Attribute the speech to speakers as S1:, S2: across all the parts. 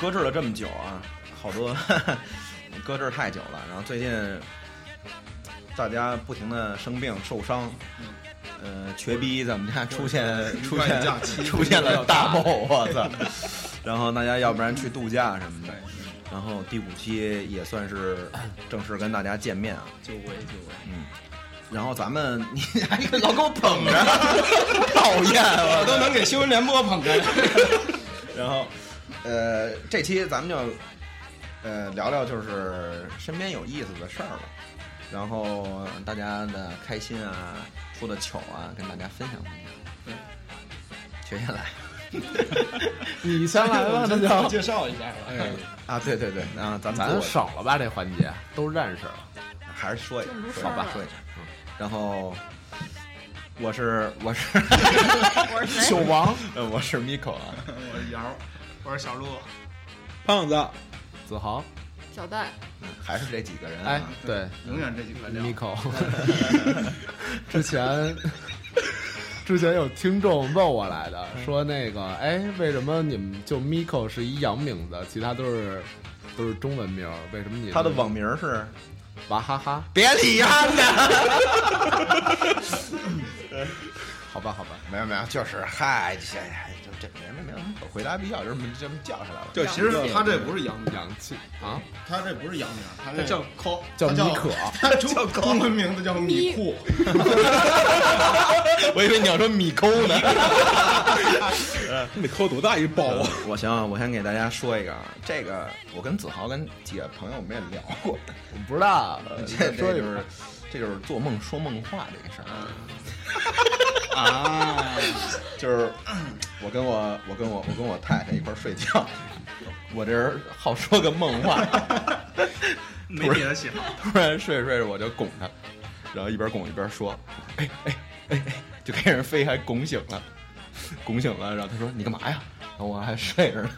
S1: 搁置了这么久啊，好多搁置太久了。然后最近大家不停的生病受伤，呃，瘸逼咱们家出现出现
S2: 怪假期
S1: 出现了大爆，我操！然后大家要不然去度假什么的。然后第五期也算是正式跟大家见面啊，
S3: 久违久违，
S1: 嗯，然后咱们你还老给我 捧着，讨厌我
S3: 我都能给新闻联播捧哏。
S1: 然后，呃，这期咱们就，呃，聊聊就是身边有意思的事儿吧。然后大家的开心啊，出的糗啊，跟大家分享分享。
S3: 对，
S1: 学下来。
S4: 你先来 吧，那
S3: 我
S4: 就
S3: 介绍一下吧。
S1: 哎， 啊，对对对，啊，咱
S4: 咱
S1: 们
S4: 少了吧这环节，都认识了。
S1: 还是说一下
S5: 这不，
S1: 说
S5: 事儿
S1: 一下
S5: 了
S1: 说一下。然后，我是我是
S5: 我是谁？
S4: 哎王
S1: 呃我是 Miko 啊，
S2: 我是姚，我是小鹿，
S3: 胖子，
S4: 子豪，
S5: 哎小戴，
S1: 嗯还是这几个人啊。
S4: 哎，对
S2: 永远这几个料。
S4: ，Miko，之前。之前有听众问我来的，
S1: 嗯
S4: 说那个，哎，为什么你们就 Miko 是一洋名字，其他都是都是中文名？为什么你们
S1: 他的网名是
S4: 娃哈哈？
S1: 别理他们。
S4: 好吧，好吧，
S1: 没有没有，就是嗨，这哎就这没没没有可回答必要，就是这么这么叫下来了。
S2: 就其实他这不是洋名，
S4: 洋气啊，
S2: 他这不是洋名，他这
S3: 叫
S2: 抠，
S4: 叫
S2: 他
S4: 米可，
S2: 他中中文名字叫米库，
S1: 我以为你要说米抠呢。
S3: 你得抠多大一包啊？
S1: 我行啊，我先给大家说一个，啊，这个我跟子豪跟几个朋友我们也聊过，
S4: 我嗯不知道，呃你
S1: 呃这
S4: 再说
S1: 这
S4: 一
S1: 就
S4: 遍
S1: 是。这就是做梦说梦话这个事儿啊， 就是我跟我我跟我我跟我太太一块儿睡觉，我这人好说个梦话，
S2: 没别的喜好，
S1: 突然睡着睡着我就拱他，然后一边拱一边说：“哎哎哎哎！”就开始飞，还拱醒了，拱醒了。然后他说：“你干嘛呀？”然后我还睡着呢。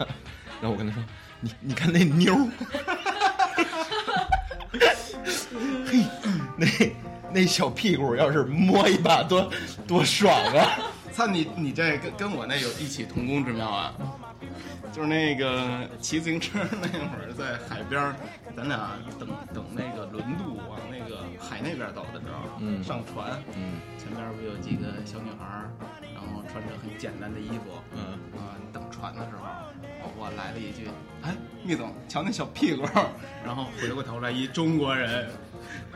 S1: 然后我跟他说：“你你看那妞儿， 嘿，那那小屁股要是摸一把多多爽啊
S2: 操你你这跟跟我那有异曲同工之妙啊！就是那个骑自行车那会儿在海边儿，咱俩等等那个轮渡往那个海那边走的时候，
S1: 嗯
S2: 上船，！”
S1: 嗯
S2: 前边儿不有几个小女孩儿，然后穿着很简单的衣服，
S1: 嗯，
S2: 啊，等船的时候，我来了一句：“哎，密总，瞧那小屁股。” 然后回过头来一中国人，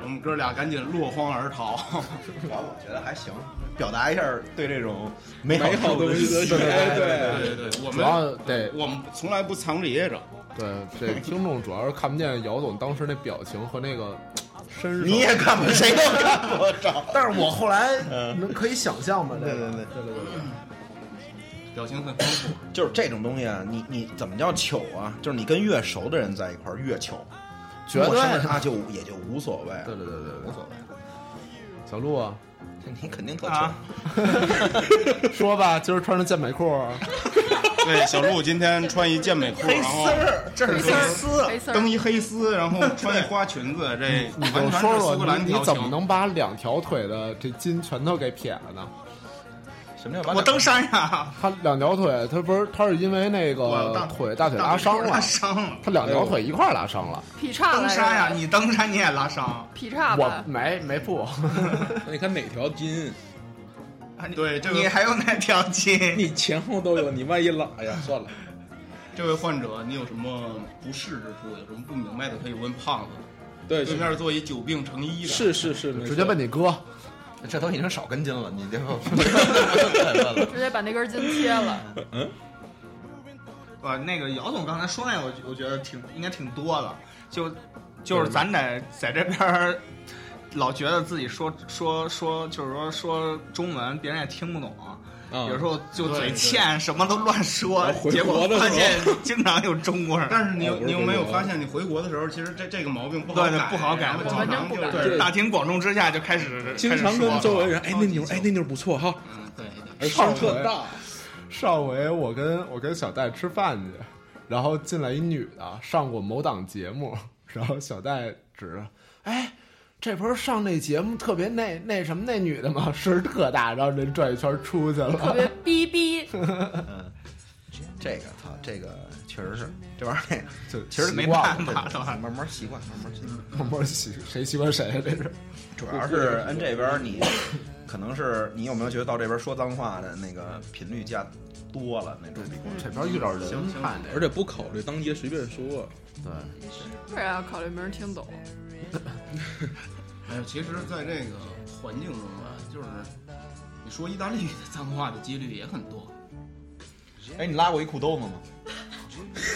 S2: 我们哥俩赶紧落荒而 逃。
S1: 主要我觉得还行，表达一下对这种美
S3: 美好东西的喜爱，对。
S2: 对对对，我
S4: 主
S2: 们
S4: 要得
S2: 我们从来不藏着掖着。
S4: 对这听众主要是看不见姚总当时那表情和那个身手。
S1: 你也干不，谁都干不着。
S4: 但是我后来
S1: 嗯
S4: 能可以想象吧？这个
S1: 对对对
S4: 对对对
S2: 表情很丰富，
S1: 就是这种东西啊，你你怎么叫糗啊？就是你跟越熟的人在一块儿越糗，
S4: 绝对
S1: 陌生人他就也就无所谓，
S4: 对对对对
S1: 无
S4: 对
S1: 所谓。
S4: 对，小鹿啊，
S1: 你肯定特糗，
S2: 啊
S4: 说吧，今儿穿着健美裤啊，
S2: 对，小鹿今天穿一健美裤，然后
S1: 儿，这
S5: 黑丝儿，黑丝
S2: 蹬
S5: 儿，
S2: 一黑丝，然后穿一花裙 子，这
S4: 你给
S2: 完
S4: 我
S2: 全
S4: 说
S2: 是苏格
S4: 说
S2: 兰
S4: 你
S2: 调
S4: 你怎么
S2: 情。
S4: 能把两条腿的这筋全都给撇了呢？
S1: 什么叫完
S2: 我登山呀，
S4: 他两条腿，他不是他是因为那
S2: 我
S4: 个
S2: 大
S4: 腿大腿拉伤
S2: 拉
S4: 了，
S2: 伤了。
S4: 他两条腿一块儿拉伤了。
S5: 劈叉
S2: 登
S5: 来着
S2: 山呀，你登山你也拉伤。
S5: 劈叉
S4: 我
S5: 吧，
S4: 没没铺，
S3: 那你看哪条筋？
S2: 对，这
S6: 你
S2: 位
S6: 还有哪条 筋？
S3: 你前后都有，你万一拉，哎呀，算了，
S2: 这位患者，你有什么不适之处？有什么不明白的可以问胖子。
S3: 对，
S2: 对面坐一久病成医的，
S3: 是是是，没错
S4: 直接问你哥，
S1: 这都已经少根筋了，你这不用了。
S5: 直接把那根筋切了，
S6: 呃，那个姚总刚才说那个，我觉我觉得挺应该挺多的，就就是咱在在这边儿老觉得自己说说说，就是说说中文，别人也听不懂。
S3: 啊，
S6: 有时候就
S2: 对
S6: 嘴
S2: 对
S6: 欠，什么都乱说，
S3: 回
S6: 结
S3: 国
S6: 果
S3: 的时
S6: 发
S3: 候
S6: 现经常有中国人。
S2: 但是你有
S3: 哦不是
S2: 你有
S3: 中国
S2: 没有
S3: 人
S2: 发现，你回国的时候，其实这这个毛病不好
S6: 对对
S2: 改，
S6: 不好改
S2: 然后
S6: 我
S2: 经
S5: 们
S2: 常
S5: 真不
S2: 就
S5: 改
S2: 是
S3: 对
S6: 大庭广众之下就开始
S3: 经常跟周围人，哎，那妞儿，哎，那妞儿不错哈，
S2: 嗯，对对，
S3: 而上特大，
S4: 哎上回我跟我跟小戴吃饭去，然后进来一女的上过某档节目，然后小戴指着，哎，这不是上那节目特别那那什么那女的吗？声儿特大，然后人转一圈出去
S5: 特
S4: 了。
S5: 别逼逼，
S1: 这个操，这个确实是这玩意儿，
S4: 就
S1: 其实
S2: 没
S1: 惯了
S2: 办法
S1: 这个
S2: 了
S1: 慢慢习惯，慢慢习惯。
S4: 慢慢习谁习惯谁啊？这是
S1: 主要是摁这边儿你， 可能是你有没有觉得到这边儿说脏话的那个频率加多了那种？
S4: 这边遇到人
S7: 行行
S4: 看这
S8: 而且不考虑当街随便说，
S4: 对，
S5: 为啥要啊考虑没人听懂？
S7: 哎，其实，在这个环境中啊，就是你说意大利语的脏话的几率也很多。
S1: 哎，你拉过一裤兜子吗？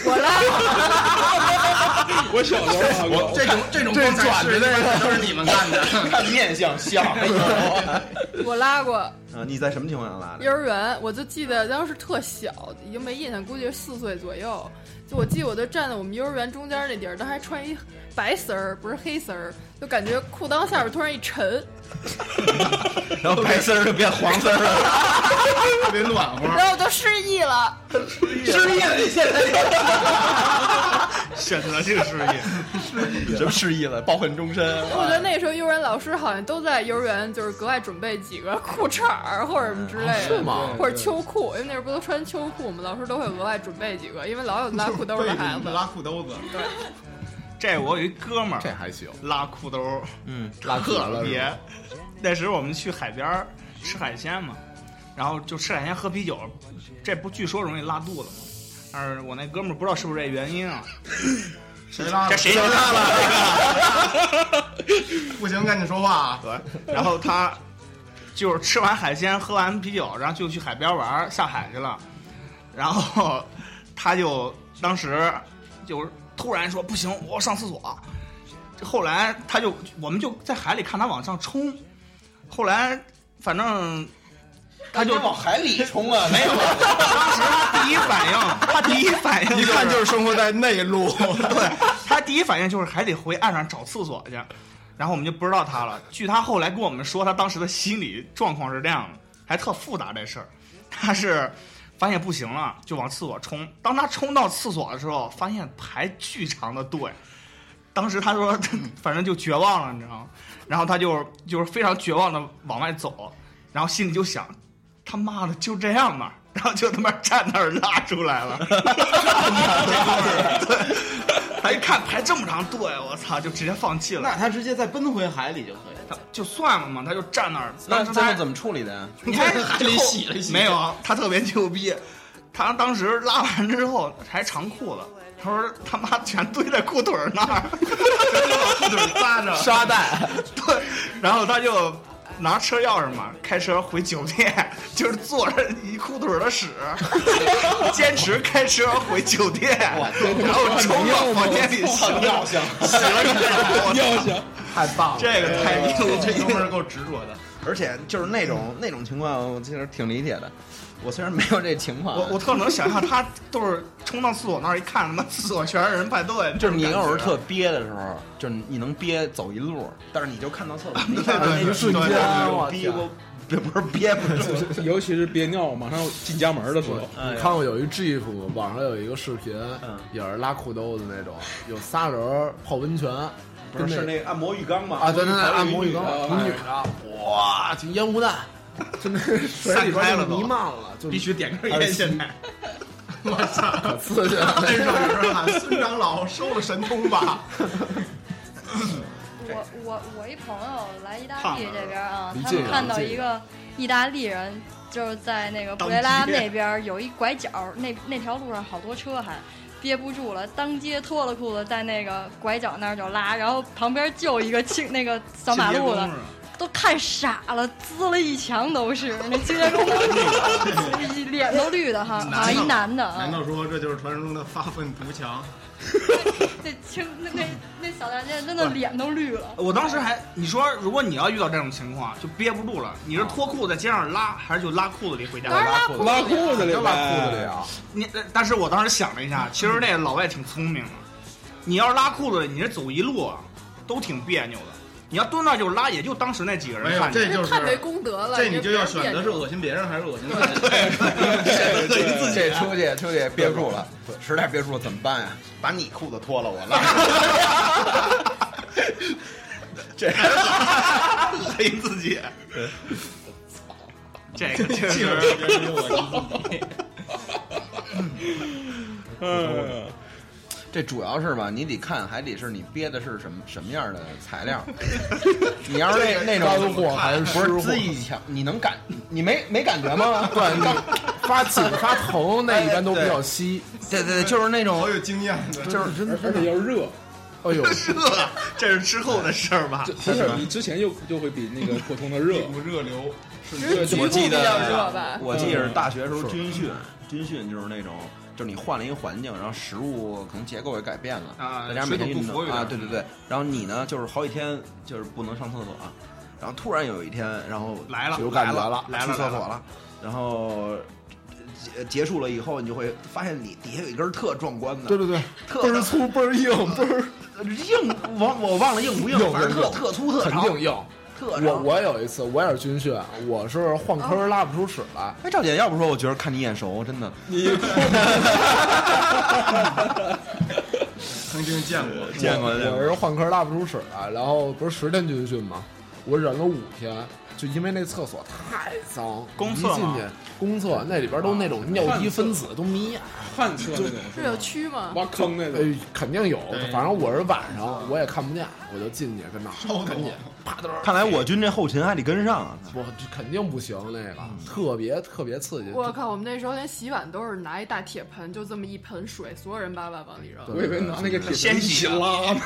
S5: 我来，
S8: 我小时候啊我
S7: 这种这种
S4: 这转的那
S7: 个都是你们干 的。
S1: 看面相 像。
S5: 我拉过
S1: 啊，你在什么情况下拉的？
S5: 幼儿园，我就记得当时特小，已经没印象，估计是四岁左右。就我记得，我就站在我们幼儿园中间那地儿，当时还穿一白丝儿，不是黑丝儿，就感觉裤裆下边突然一沉，
S1: 然后白丝儿就变黄丝儿了。
S7: 特别暖和，
S5: 然后我就失忆了。
S1: 失业了，现在
S7: 选择性失业。
S1: 什么失业了？抱恨终身。
S5: 我觉
S4: 哎
S5: 得那时候幼儿园老师好像都在幼儿园，就是格外准备几个裤衩儿或者什么之类的，
S4: 啊是吗
S5: 或者秋裤，因为那时候不都穿秋裤嘛，老师都会额外准备几个，因为老有拉裤兜
S7: 背
S5: 的
S7: 着
S5: 孩
S7: 你
S5: 子
S7: 们。拉裤兜子，
S2: 这我有一哥们
S4: 这
S2: 儿
S4: 还行，
S2: 拉裤兜儿，
S1: 嗯，
S4: 拉扯了
S2: 特
S4: 是
S2: 别
S4: 吧。
S2: 那时候我们去海边儿吃海鲜嘛，然后就吃海鲜喝啤酒，这不据说容易拉肚子吗？但是我那哥们儿不知道是不是这原因啊？
S7: 谁拉
S2: 这谁拉了？
S7: 不行，赶紧说话啊！
S2: 对，然后他就是吃完海鲜，喝完啤酒，然后就去海边玩儿，下海去了。然后他就当时就突然说：“不行，我要上厕所。”后来他就我们就在海里看他往上冲，后来 反正他就
S1: 哎往海里冲啊！没有，
S2: 当时他第一反应，他第一反应
S7: 一看就是是生活在 内陆，
S2: 对，他第一反应就是还得回岸上找厕所去，然后我们就不知道他了。据他后来跟我们说，他当时的心理状况是这样的，还特复杂这事儿。他是发现不行了，就往厕所冲。当他冲到厕所的时候，发现排巨长的队。当时他说， 反正就绝望了，你知道吗？然后他就就是非常绝望的往外走，然后心里就想，他妈的就这样吧， 然后就他妈站那儿拉出来了。 他一看排这么长队，我操，就直接放弃了。
S7: 他直接再奔回海里就可以了。
S2: 他就算了嘛，他就站那儿。
S1: 那
S2: 当时他
S1: 最后怎么处理的？
S2: 你还
S7: 还得洗了洗
S2: 没有，啊他特别牛逼，他当时拉完之后还长裤子，他说他妈全堆在裤腿儿那儿，
S7: 裤腿扎 着，
S1: 沙袋，
S2: 对，然后他就拿车钥匙嘛，开车回酒店，就是坐着一裤腿儿的屎，坚持开车回酒店，然后冲到房间里洗尿去，洗了个尿，
S8: 尿性。
S4: 太棒了，
S2: 这个太牛
S7: 这
S2: 逼
S7: 哥们
S2: 了，
S7: 儿够执着的。
S1: 而且就是那种那种情况，我其实挺理解的。我虽然没有这情况，
S2: 我我特能想象他都是冲到厕所那儿一看，他妈厕所全是人排队，
S1: 就是你
S2: 那种
S1: 要
S2: 感
S1: 是
S2: 觉
S1: 特憋的时候，就是你能憋走一路，但是你就看到厕所，你
S7: 对
S1: 看到那
S7: 对
S1: 个
S7: 瞬间
S1: 我逼我，不是憋不住，
S8: 尤其是憋尿马上进家门的时候，
S1: 哎
S4: 你
S1: 呀
S4: 看过有一 GIF 吗？网上有一个视频
S1: 嗯，
S4: 也是拉裤兜子那种，有仨人儿泡温泉，
S1: 不
S4: 跟
S1: 是是那按摩浴缸吗？
S4: 啊，对对对，按摩浴缸，
S8: 啊
S4: 女的，哇，就烟雾弹，就 那水里边就弥漫了，就
S7: 必须点根
S4: 哎
S7: 烟，现在。我操！
S4: 可刺激了。
S7: 那首歌啊，孙长老收了神通吧。
S9: 我我我一朋友来意大利这边啊
S4: 离，
S9: 他
S4: 近
S9: 们
S4: 啊
S9: 看到
S4: 离近
S9: 一个意大利人，就是在那个布雷拉那边有一拐角，那那条路上好多车还。憋不住了，当街脱了裤子，在那个拐角那儿就拉，然后旁边就一个青那个 扫马路的，都看傻了，滋了一墙都 是，那清洁工一脸都绿的哈，
S7: 男的
S9: 啊一男的啊
S7: 难，道说这就是传说中的发愤图强？
S9: 那清那那那小大姐真的脸都绿了。
S2: 我当时还你说，如果你要遇到这种情况，就憋不住了，你是脱裤子在街上拉，还是就拉裤子里回家？
S5: 当然拉裤
S8: 拉
S5: 子
S8: 裤子里
S4: 要拉裤子里啊！
S2: 你，呃但是我当时想了一下，其实那老外挺聪明的，你要是拉裤子里，你这走一路啊，都挺别扭的。你要蹲那儿就拉，也就当时那几个
S7: 没
S2: 人
S7: 有，
S2: 看
S7: 这
S2: 见。
S7: 就
S5: 这
S7: 是
S5: 太没功德了。
S7: 这你就要选择
S5: 的
S7: 是恶心别人还是恶心自己。
S1: 对对这出去出去憋不住了，实在憋不住了怎么办呀？把你裤子脱了，我拉。这
S2: 黑 自己。这个确
S7: 就是
S2: 实，
S7: 别人恶心自己。
S8: 嗯，
S1: 这主要是吧，你得看，还得是你憋的是什么什么样的材料。你要是那那
S4: 干
S1: 种
S4: 货还是湿
S1: 不是
S4: 货
S1: 滋？一强，你能感你没没感觉吗？
S4: 对，你发紧发疼那一般都比较 稀。
S1: 对对，对就是那种
S7: 好有经验，对
S4: 就是真的，
S8: 而且要热，
S4: 哎呦，
S2: 这这是之后的事儿吧？
S8: 这不是你之前就就会比那个普通的热
S7: 屁。股热流，
S5: 只是局
S1: 我
S5: 部
S1: 记
S5: 比
S1: 得
S5: 较热 吧。
S1: 我记得是大学时候军训，军训就是那种，就是你换了一个环境，然后食物可能结构也改变了，
S2: 啊
S1: 大家每天
S2: 水土
S1: 运
S2: 不服
S1: 动
S2: 有点
S1: 啊，对对对，然后你呢就是好几天就是不能上厕所、啊然后突然有一天，然后
S2: 来了，
S4: 有感觉
S2: 来
S4: 了
S2: 来
S1: 去
S2: 了，
S1: 厕所了，然后。结结束了以后，你就会发现你底下有一根特壮观的，
S4: 对对对，
S1: 特
S4: 倍儿粗倍儿硬倍儿
S1: 硬，我我忘了硬不硬
S4: 硬，
S1: 反正特
S4: 硬
S1: 特粗特
S4: 很
S1: 长，
S4: 硬硬。
S1: 特
S4: 我
S1: 长。
S4: 我有一次我也是军训，我是换坑拉不出屎来。
S1: 哎，赵姐，要不说我觉得看你眼熟，真的。
S7: 曾经见过，
S1: 见过见
S4: 我
S1: 过
S4: 是换坑拉不出屎来，啊然后不是十天军训吗？我忍了五天，就因为那厕所太脏，
S2: 公厕
S4: 一进
S2: 吗啊
S4: 去公厕那里边都那种尿滴分子都迷眼，
S8: 旱厕那种
S5: 是有蛆吗？
S8: 挖坑那种，
S4: 哎，肯定有。反正我是晚上我也看不见，我就进去跟那儿赶紧啪嗒儿，
S1: 看来我军这后勤还得跟上啊。
S4: 我这肯定不行，那个
S2: 嗯
S4: 特别特别刺激。
S5: 我靠！我们那时候连洗碗都是拿一大铁盆，就这么一盆水，所有人叭叭往里扔。
S8: 我以为拿那个铁
S2: 先
S8: 一
S2: 洗
S8: 起
S2: 啊
S8: 拉呢。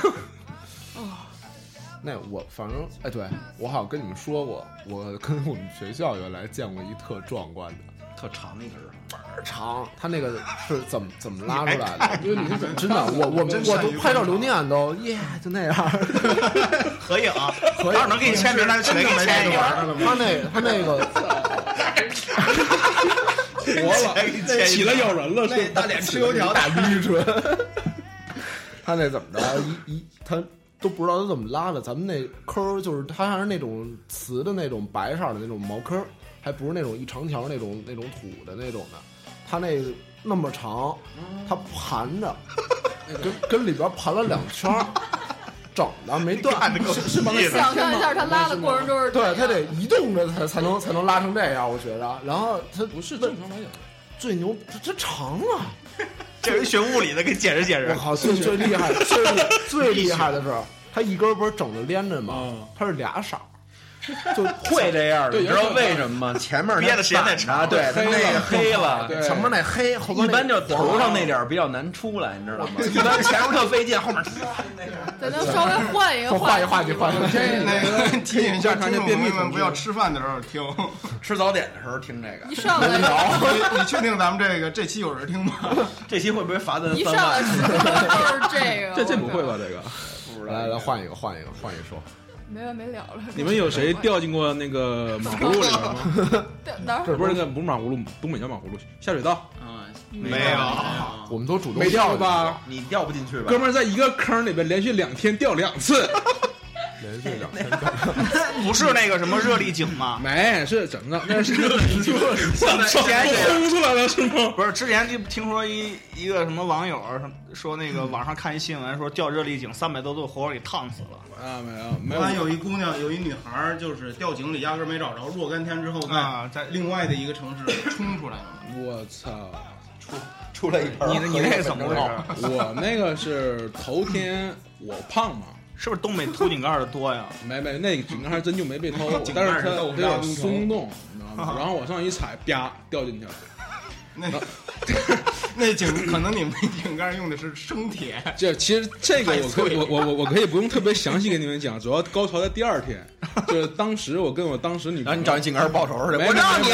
S4: 那我反正哎，对我好像跟你们说过，我跟我们学校原来见过一特壮观的，
S1: 特长那根儿，
S4: 长，他那个是怎么怎么拉出来的？
S8: 因为你是怎么
S4: 真的，我我
S7: 真
S4: 我
S7: 善
S4: 都
S7: 于
S4: 拍照
S7: 观察
S4: 留念都耶，就那样。
S2: 合影，
S4: 合影
S2: 要是能给你签名，那就起来给你签一个。
S4: 他那他那个
S8: 活
S2: 哎
S8: 了， 起来咬人了，
S7: 那
S8: 是
S7: 大脸吃油条
S4: 大逼唇，他那怎么着？一一他都不知道他怎么拉的。咱们那坑儿就是它还是那种瓷的那种白色的那种茅坑儿，还不是那种一长条那种那种土的那种的。他那那么长，他盘着，跟跟里边盘了两圈儿，整的没断。
S2: 看着够是吗？
S5: 想象一下，他拉的过程中是
S4: 对，他得移动着才才能才能拉成这样，我觉着。然后他
S8: 不是正常来讲，
S4: 最牛，这这长啊！
S2: 这人学物理的给解释解
S4: 我
S2: 释。
S4: 靠，最最厉害、最厉最厉害的是，他一根儿不是整着连着吗
S8: 嗯？
S4: 他是俩色儿，
S1: 就会这样的，
S8: 对
S1: 你知道为什么吗？ 前面
S2: 憋的时间太
S1: 太
S2: 长了
S1: 对，它那个黑了，
S8: 对
S4: 前面那黑，后边
S1: 一般就头上那
S4: 点。
S1: 点儿比较难出来，你知 道吗？一般前面特费劲，后面
S5: 咱能稍微换一 个
S4: 说画一画
S5: 题
S4: 就画一画
S5: 吗
S4: 对
S7: 那个 提醒一下听众朋友们，不要吃饭的时候听。
S1: 吃早点的时候听这个
S5: 一。上来就
S7: 你你确定咱们这个这期有人听吗？
S1: 这期会不会罚咱
S5: 一
S1: 三
S5: 上 来
S1: 万？
S5: 说的都是这个。
S8: 这这不
S5: 我靠
S8: 会吧？？这个，
S1: 不知道
S4: 来来，换一个，换一个，换一个说，
S5: 没完没了了。
S8: 你们有谁掉进过那个马葫芦里边吗？
S5: 对哪儿？
S8: 不是那个不是马葫芦，东北叫马葫芦，下水道
S7: 啊，
S2: 没有，
S4: 我们都主动
S8: 没掉
S4: 了
S8: 吧？
S1: 你掉不进去吧？
S8: 哥们儿在一个坑里边连续两天掉两次，
S4: 连续两天
S2: 不是那个什么热力警吗？
S8: 没是怎么的？那是热力热
S2: 之前 这
S8: 轰出来了是吗？
S2: 不是之前就听说一一个什么网友什么说那个网上看一新闻说掉热力井三百多度活给烫死了。
S8: 啊，没有没
S7: 我
S2: 哎
S7: 看
S8: 有，
S7: 有一姑娘，有一女孩儿，就是掉井里压根儿没找着，若干天之后
S2: 啊
S7: 在在另外的一个城市冲出来了。
S8: 我操！
S1: 出来一盆儿，
S2: 你你那个怎么回
S1: 哦？
S2: 事？
S8: 我那个是头天我胖嘛，
S2: 是不是东北秃井盖儿的多呀？
S8: 没没，那个井盖还真就没被偷
S7: 井，盖
S8: 但
S7: 儿
S8: 是它
S7: 是豆腐
S8: 它
S7: 渣
S8: 有
S7: 工程
S8: 松动，你知道吗？然后我上一踩，啪掉进去了。
S7: 那那井可能你们那井盖用的是生铁，
S2: 哎
S8: 这其实这个我可以
S7: 太碎
S8: 我我我我可以不用特别详细给你们讲，主要高潮在第二天，就是当时我跟我当时
S1: 然
S8: 女
S1: 后
S8: 朋友
S1: 你，找一井盖儿报仇去，
S8: 没
S1: 我让
S8: 没
S1: 你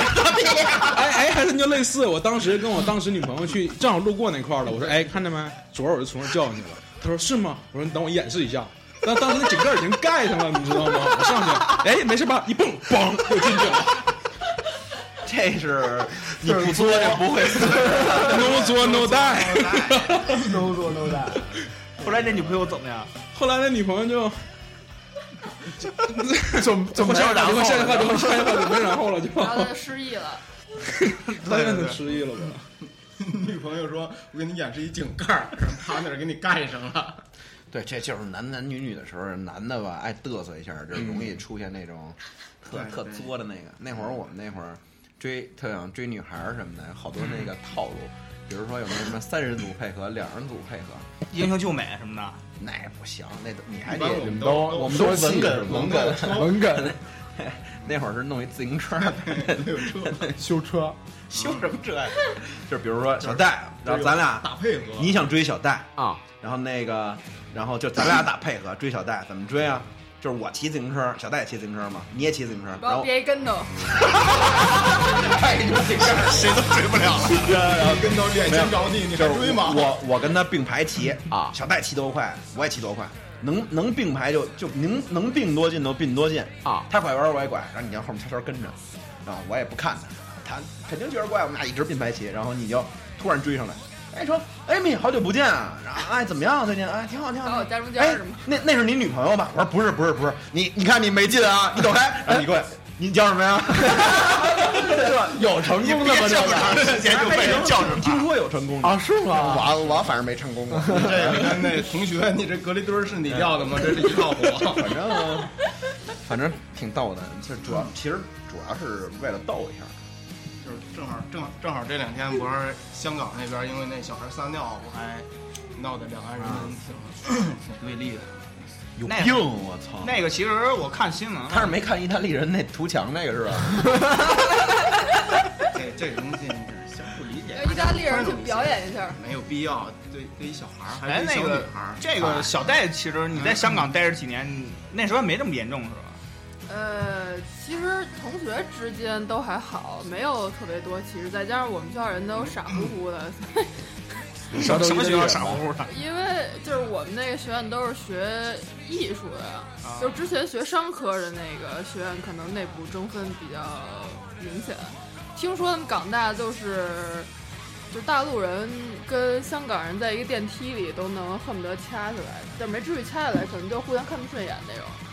S8: 哎哎，还真就类似，我当时跟我当时女朋友去，正好路过那块儿了，我说哎，看见没，昨儿我就从这儿掉进去了，她说是吗？我说你等我演示一下。但当时那井盖已经盖上了，你知道吗？我上去，哎，没事吧？一蹦，嘣，就进去了。
S1: 这是你不作就不 会死。
S8: No 作 no die。
S4: 都做都 在。
S2: 后来这女朋友怎么样？
S8: 后来那女朋友就
S4: 就就没有
S8: 打电话，下电话，就下电话，就没然后了，就
S5: 然后他就失忆了。
S8: 当然能失忆了吧？
S7: 女朋友说：“我给你演示一井盖儿，然后趴那儿给你盖上了。
S1: 对，这就是男男女女的时候，男的吧爱嘚瑟一下，就容易出现那种特、
S7: 对
S1: 特
S7: 对嗯
S1: 作的那个。那会儿我们那会儿追特想追女孩儿什么的，好多那个套路。比如说有那什么三人组配合、两人组配合，
S2: 英雄救美什么的，
S1: 那也不行，那都你还
S7: 一
S1: 得
S7: 般我
S4: 你们
S7: 们
S4: 都
S7: 我
S4: 们
S7: 们
S4: 都
S7: 都
S4: 文
S7: 梗
S4: 梗
S7: 文
S4: 梗
S7: 车
S4: 文梗
S1: 那会儿是弄一自行车，
S7: 有车，
S4: 修车
S2: 修什么这呀？
S1: 就比如说小戴， 然后咱俩
S7: 打配合，
S1: 你想追小戴，
S4: 啊，
S1: 然后那个，然后就咱俩打配合追小戴，怎么追啊？就是我骑自行车，小戴也骑自行车嘛，你也骑自行车，然
S5: 然后
S1: 后
S5: 别一跟头，
S1: 哎你这个
S7: 谁都追不了了，然后跟头脸
S1: 没有
S7: 先着地，你
S1: 就
S7: 还
S1: 是
S7: 追吗？
S1: 我我跟他并排骑
S4: 啊
S1: 小戴骑多快，我也骑多快，能能并排就就能能并多近都并多近
S4: 啊
S1: 他拐弯我也拐，然后你在后面悄悄跟着，然后我也不看他，他肯定觉得怪，我们俩一直并排骑，然后你就突然追上来。哎，说艾米，好久不见啊！然后哎，怎么样啊最近？哎，挺好，挺好。
S5: 把
S7: 哦
S5: 我夹中间
S1: 哎
S5: 儿是吗？
S1: 那那是你女朋友吧？我说不是，不是，不是。你你看你没劲啊！你走 开！
S4: 哎
S1: 然后你过来，你叫什么呀？
S4: 有成功的吗？这个
S1: 时间就被人叫什么？听说有成功的
S4: 啊，是吗？
S1: 我我反正没成功过，
S7: 这个跟那同学，你这隔离墩儿是你撂的吗？这是一套活。
S1: 反正反正挺逗的，就主要其实主要是为了逗一下。
S7: 就是正好正正好这两天不是香港那边因为那小孩撒尿，不还闹得两岸人民挺挺对立的。
S1: 有
S2: 那
S1: 病，我操！
S2: 啊那个其实我看新闻了，啊
S1: 他是没看意大利人那图强那个是吧？
S7: 这这个东西你是相互理解
S5: 让。意大利人去表演一下。
S7: 没有必要，对对于小孩儿还
S2: 哎
S7: 是
S2: 那
S7: 对于小
S2: 个
S7: 女孩儿，哎嗯
S2: 这个小戴，其实你在香港待着几年，你那时候没这么严重是吧？
S5: 呃，其实同学之间都还好，没有特别多歧视，再加上我们学校人都傻乎乎的，
S2: 什么什么学校傻
S4: 吗
S2: 乎乎的？
S5: 因为就是我们那个学院都是学艺术的，
S2: 啊
S5: 就之前学商科的那个学院，可能内部争分比较明显。听说他们港大就是，就大陆人跟香港人在一个电梯里都能恨不得掐起来，但没至于掐起来，可能就互相看不顺眼那种。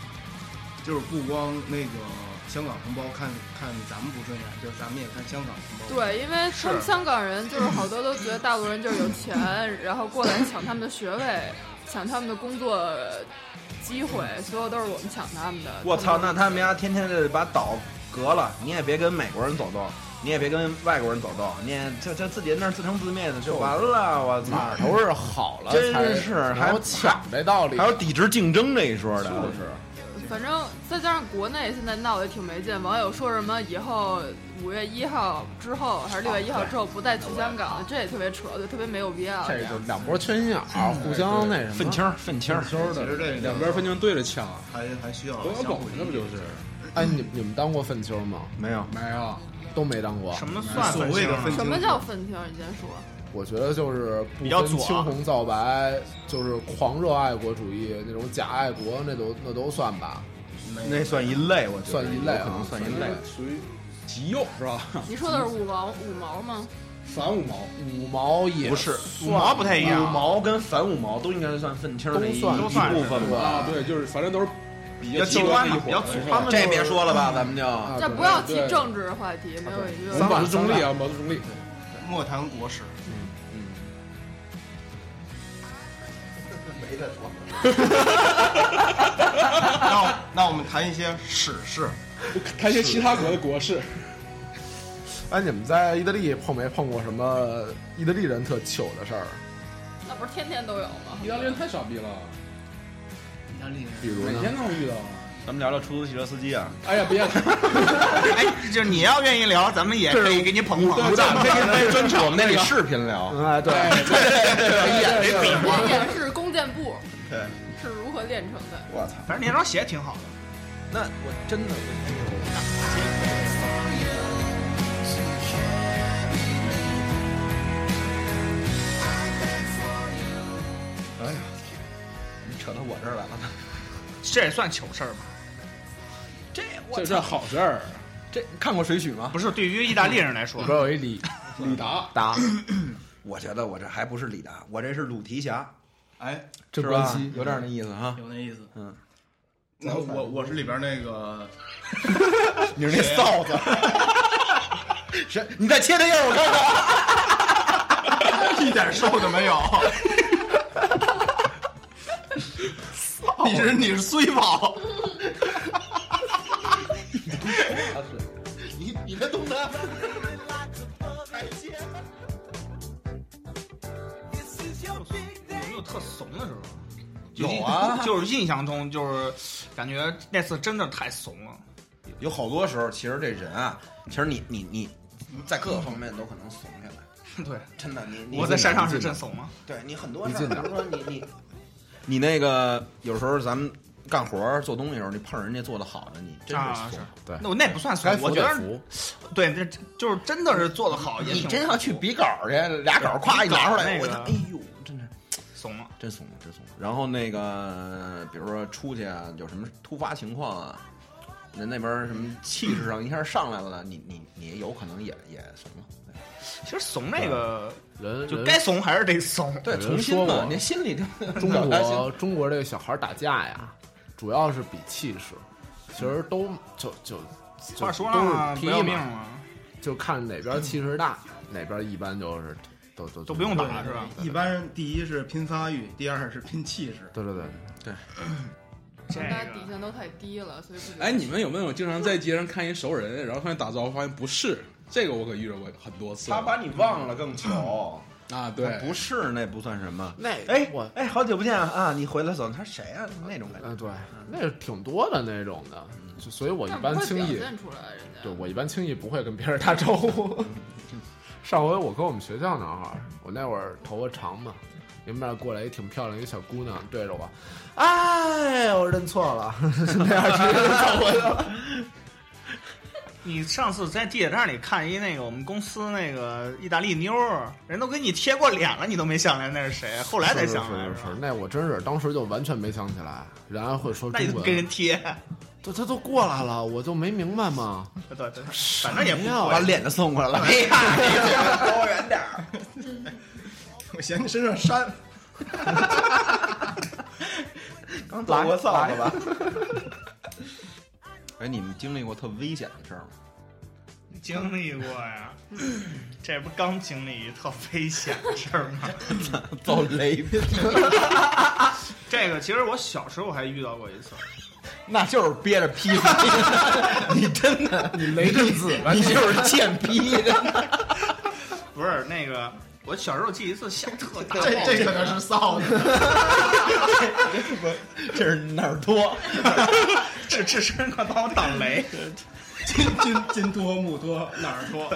S7: 就是不光那个香港同胞看看咱们不顺眼，就是咱们也看香港同胞。
S5: 对，因为他们香港人就是好多都觉得大陆人就是有钱，然后过来抢他们的学位，抢他们的工作机会，所有都是我们抢他们的。
S1: 我
S5: 他们
S1: 操！那他们家天天就把岛隔了，你也别跟美国人走动，你也别跟外国人走动，你也就就自己在那儿自生自灭的就完了。我操！
S4: 哪儿啊都是好了才，
S1: 真是还
S4: 还有抢这道理，
S1: 还有抵制竞争这一说的，就是
S5: 反正再加上国内现在闹得挺没劲，网友说什么以后五月一号之后还是六月一号之后不再去香港了，这也特别扯，就特别没有必要。
S4: 这就两拨缺心眼儿，互相那什么
S1: 愤青儿愤青儿。
S4: 羞
S7: 其
S4: 的。
S7: 实这个
S8: 两边分清对着掐，
S7: 还还需要
S8: 狗咬
S7: 相
S8: 狗
S7: 互理
S8: 那不就
S7: 解。
S8: 是？
S4: 哎，你你们当过粪丘吗？
S1: 没有，
S8: 没啊有，
S4: 都没当过。
S2: 什么算
S7: 所谓的
S2: 分
S7: 分
S2: 清
S5: 什么叫愤青？你先说。
S4: 我觉得就是不
S2: 比较
S4: 分
S2: 左
S4: 青红皂白，就是狂热爱国主义那种假爱国，那都那都算吧，
S1: 那算一类，我觉得
S4: 算一类
S1: 有
S4: 啊
S1: 可能算一类。
S8: 属于极右是吧？
S5: 你说的是五毛五毛吗？
S8: 反五毛，
S4: 五毛也
S1: 不是
S4: 算
S2: 五毛不太一样
S1: 五毛跟反五毛都应该算愤青儿
S4: 都
S1: 的一
S4: 算
S1: 一
S2: 都算
S1: 部分吧。
S8: 啊，对，就是反正都是比较
S2: 比较极端嘛
S8: 一伙儿
S2: 比较极
S8: 是
S2: 端
S8: 吧
S2: 嘛
S1: 这别说了吧，咱们就
S4: 啊对
S5: 这
S4: 啊
S5: 不要提
S8: 对对
S5: 政治话题，没有
S4: 对
S5: 没
S8: 我
S5: 有
S8: 们保持中立啊，保持中立。
S7: 莫谈国事，
S2: 嗯
S1: 没得说。
S7: 那我那我们谈一些史事。
S8: 谈一些其他国的国事，
S4: 哎，你们在意大利碰没碰过什么意大利人特糗的事儿？
S5: 那不是天天都有吗？
S8: 意大利人太傻逼了，
S7: 意大利人
S4: 比如
S8: 每
S4: 呢
S8: 天？都能遇到。啊
S1: 咱们聊聊出租汽车司机啊，
S8: 哎呀，别，
S2: 哎，就是你要愿意聊，咱们也可以给你捧捧。
S1: 咱们这个专场，我们那
S8: 那
S1: 里
S8: 个
S1: 视频聊。
S4: 嗯哎，对，
S8: 眼
S1: 没比
S5: 我演示弓箭步
S1: 对，
S5: 是如何练成的。
S1: 我操！
S2: 反正那双鞋挺好的。
S1: 那我真的，哎呀，你扯到我这儿来了。
S2: 这也算糗事儿吗？
S1: 这
S8: 这是好事儿。
S1: 这看过《水浒》吗？
S2: 不是，对于意大利人来说
S4: 我，有一李
S8: 李达，
S4: 达，
S1: 我觉得我这还不是李达，我这是鲁提辖，
S7: 哎，
S4: 这
S1: 是
S4: 关
S1: 吧
S4: 系？
S1: 有点那意思哈。
S7: 有那意思。
S1: 嗯，
S7: 那我我是里边那个
S1: 你是那臊 子，谁？你再切他一下，我看看。
S7: 一点瘦都没有。你是你是虽 宝，
S1: 你你们东南。
S2: 特怂的时候？
S1: 有
S2: 印
S1: 啊
S2: 就是印象中就是感觉那次真的太怂了。
S1: 有好多时候，其实这人啊，其实你你你，在各个方面都可能怂下来。
S2: 对，
S1: 真的，你你
S2: 我在山上是真怂吗？
S1: 对你很多事儿，比如说你你 你那个有时候咱们干活儿做东西的时候，你碰人家做的好的，你真
S2: 啊
S1: 是
S2: 是
S1: 怂。
S4: 对
S2: 那我那不算怂
S4: 该，服
S2: 我觉
S4: 得
S2: 得
S4: 服，
S2: 对，这就是真的是做的好，也
S1: 你
S2: 挺
S1: 真要去比稿去，俩稿夸一拿出来，我
S2: 比稿那个
S1: 一看，哎呦，真是
S2: 怂了。
S1: 真怂了，真怂了。然后那个，比如说出去啊，有什么突发情况啊，那那边儿什么气势上一下上来了，你你你有可能也也怂啊了。
S2: 其实怂这个
S4: 人
S2: 就
S4: 人
S2: 该怂还是得怂，
S1: 对，
S4: 啊有人
S1: 从心
S4: 说
S1: 嘛
S4: 过，
S1: 你心里就
S4: 中
S1: 表达心
S4: 国中国这个小孩打架呀，主要是比气势，其实都就就就
S2: 话说了
S4: 都
S2: 嘛，
S4: 是
S2: 不
S4: 踢
S2: 要命
S4: 嘛，
S2: 了，
S4: 就看哪边气势大，哪边一般就是都都
S2: 都不用打是吧？
S7: 一般人第一是拼发育，第二是拼气势。
S4: 对对
S5: 哎
S4: 对，
S2: 这
S5: 大家底
S2: 个
S5: 线都太低了，所以不觉得
S8: 哎，你们有没有经常在街上看一熟人，然后上去打招呼，发现不是？这个我可遇到过很多次
S1: 他把你忘了更糗。
S8: 啊，对，
S1: 不是那不算什么。
S4: 那
S1: 哎
S4: 我
S1: 哎，好久不见啊！啊你回来走，他是谁啊？那种感觉。
S4: 呃对，那是挺多的那种的，就所以我一
S5: 但不
S4: 般
S5: 会
S4: 轻
S5: 表
S4: 易
S5: 现出来，人家
S4: 对我一般轻易不会跟别人打招呼。 上回我跟我们学校男孩儿，我那会儿头发长嘛，迎面过来一挺漂亮一小姑娘，对着我，哎，我认错了，那样直接就走过去了。
S2: 你上次在地铁站里看一那个我们公司那个意大利妞儿，人都给你贴过脸了，你都没想起来那是谁，后来才想起来
S4: 是是
S2: 吧
S4: 是，那我真是当时就完全没想起来，人家会说
S2: 那
S4: 中
S2: 你就给
S4: 文
S2: 人，贴，啊
S4: 他他都过来了，我就没明白嘛。
S2: 对对，反正也不
S4: 什么呀
S1: 把
S2: 贵。
S1: 脸就送过来了。哎 呀，离我远点儿。
S7: 我嫌你身 上山，
S1: 刚走过扫帚吧。 哎，你们经历过特危险的事儿吗？
S2: 经历过呀，这不刚经历一特危险的事儿吗？
S1: 遭雷劈，
S2: 这个其实我小时候还遇到过一次，
S1: 那就是憋着劈死 你。你真的，你雷震子，你就是贱 逼。
S2: 不是那个，我小时候记一次下特大暴
S7: 这这可是臊的。
S1: 这是哪儿多？
S2: 这这是快把我挡雷。
S7: 金金金多木多哪儿多？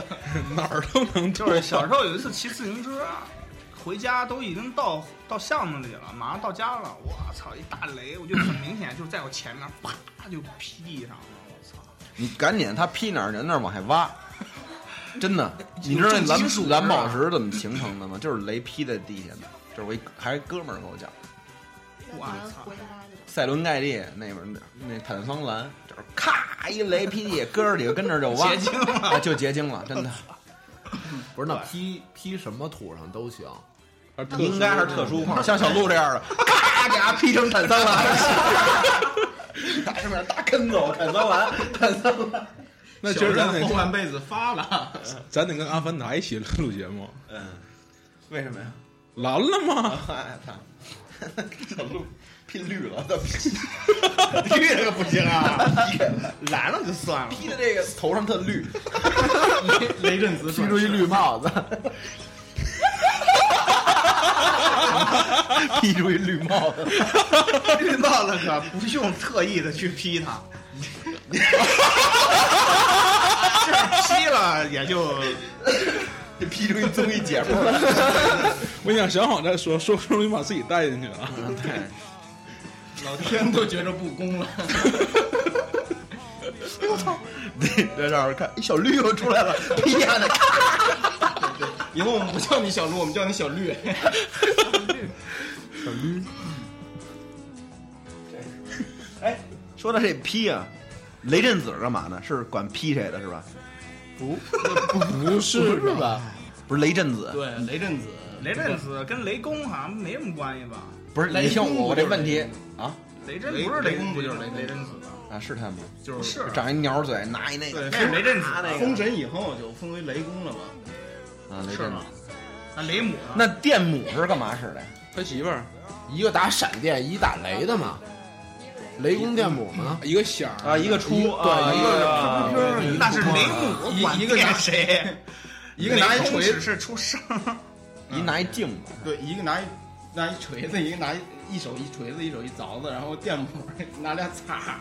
S8: 哪儿都 能
S2: 就是小时候有一次骑自行车，回家都已经到到巷子里了，马上到家了，我操，一大雷，我就很明显就是在我前面，啪就劈地上了，我操！
S1: 你赶紧，他劈哪儿人那儿往下挖。真的，你知道那
S2: 有重金属
S1: 蓝蓝
S2: 是吧
S1: 宝石怎么形成的吗？就是雷劈在地下的。这是我一还是哥们儿跟我讲。
S2: 我操！
S1: 塞伦盖蒂那边儿那坦桑蓝，就是咔一雷劈地，搁着几个跟着就挖，
S2: 结晶了
S1: 啊就结晶了，真的
S4: 不是那劈劈什么土上都行，
S1: 应该是特殊矿，像小鹿这样的，咔给它劈成坦桑蓝， 打上面大跟头，坦桑蓝，坦桑蓝，
S8: 那今儿咱
S7: 后
S8: 得
S7: 半辈子发了，
S8: 咱得跟阿凡达一起录节目，
S1: 嗯，为什么呀？
S8: 蓝了吗？
S1: 哎操， 小鹿劈绿了，
S2: 绿这个不行 啊，蓝了就算了。
S1: 劈的这个头上特绿，
S7: 雷震子
S4: 劈
S7: 转
S4: 出一
S7: 世
S4: 绿帽子，
S1: 劈出一绿帽子，
S2: 绿帽子可不用特意的去劈它，就是劈了也就
S1: 就劈出一综艺节目来。
S8: 我想想好再说，说不容易把自己带进去了。
S1: 对。
S7: 老天都觉着不公了。
S1: 在这儿看，一小绿又出来了，劈呀的，
S7: 以后我们不叫你小鹿，我们叫你小绿。
S1: 哎，说到这劈啊，雷震子是干嘛呢？是管劈谁的是吧？
S8: 不是
S4: 是吧？
S1: 不是雷震子，
S7: 对，雷震子，
S2: 雷震子跟雷公好像没什么关系吧？
S1: 不是
S7: 雷
S1: 你听
S7: 公
S1: 我我
S7: 不就
S1: 这
S7: 是
S1: 问题啊
S2: 雷震
S7: 雷
S2: 不是
S7: 雷
S2: 公不
S7: 公不
S2: 就
S7: 就是是雷
S2: 雷震子吗？
S1: 啊是他们吗？
S7: 就是
S2: 是啊
S1: 长一鸟嘴，拿一那个
S7: 对，
S2: 那是雷震子那
S7: 封神以后就封为雷公了嘛？
S1: 啊雷
S7: 是
S1: 震子
S7: 吗。？
S2: 那雷母呢？
S1: 那电母是干嘛使的？
S8: 他媳妇儿
S4: 一个打闪电，一打雷的嘛，
S2: 嗯
S4: 雷公电母嘛。
S8: 一个响儿
S1: 啊，一个出，
S4: 对，一
S1: 啊
S4: 个是
S2: 那是雷母管
S7: 一一个
S2: 电
S7: 拿
S2: 谁？
S7: 一个拿一
S2: 雷公
S7: 锤
S2: 只
S7: 子，
S2: 是出声，
S1: 一拿一镜子，
S7: 对，一个拿一拿一锤子，一个拿一一手一锤子，一手一凿子，然后电母拿俩叉儿，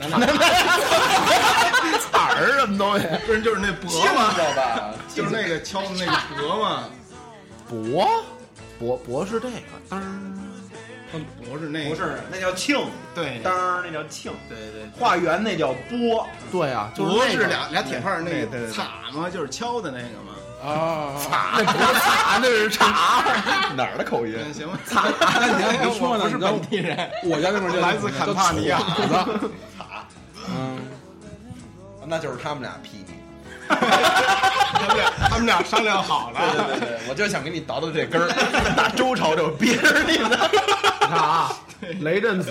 S7: 拿俩
S4: 哪儿什
S1: 啊
S4: 么东西？
S7: 不是就是那脖
S1: 知
S7: 嘛，
S1: 道吧？
S7: 就是那个敲的那个脖嘛，
S4: 博博博是这个，
S7: 不是那
S2: 不
S7: 个，
S2: 是，那叫庆，
S7: 对，
S2: 当儿那叫庆，
S7: 对对。
S2: 化缘那叫波，
S4: 对啊，就是
S7: 不
S4: 那
S7: 是
S4: 个
S7: 俩俩铁块儿那
S1: 对对
S7: 个
S1: 对
S7: 擦嘛，就是敲的那个嘛。
S4: 哦
S8: 啊，
S4: 那不是塔，那是茶。
S1: 哪儿的口音？
S7: 嗯，行吧，
S8: 那你还别说呢
S7: 我不是
S8: 你知道
S7: 本地人，
S8: 我家那边叫
S7: 来自
S8: 叫
S7: 坎帕尼亚
S8: 矬子，嗯，
S1: 那就是他们俩 P 你。
S7: 他们俩他们俩商量好了。
S1: 对对对，我就想给你倒倒这根儿， 拿周朝就憋着你呢。
S4: 你看啊，雷震子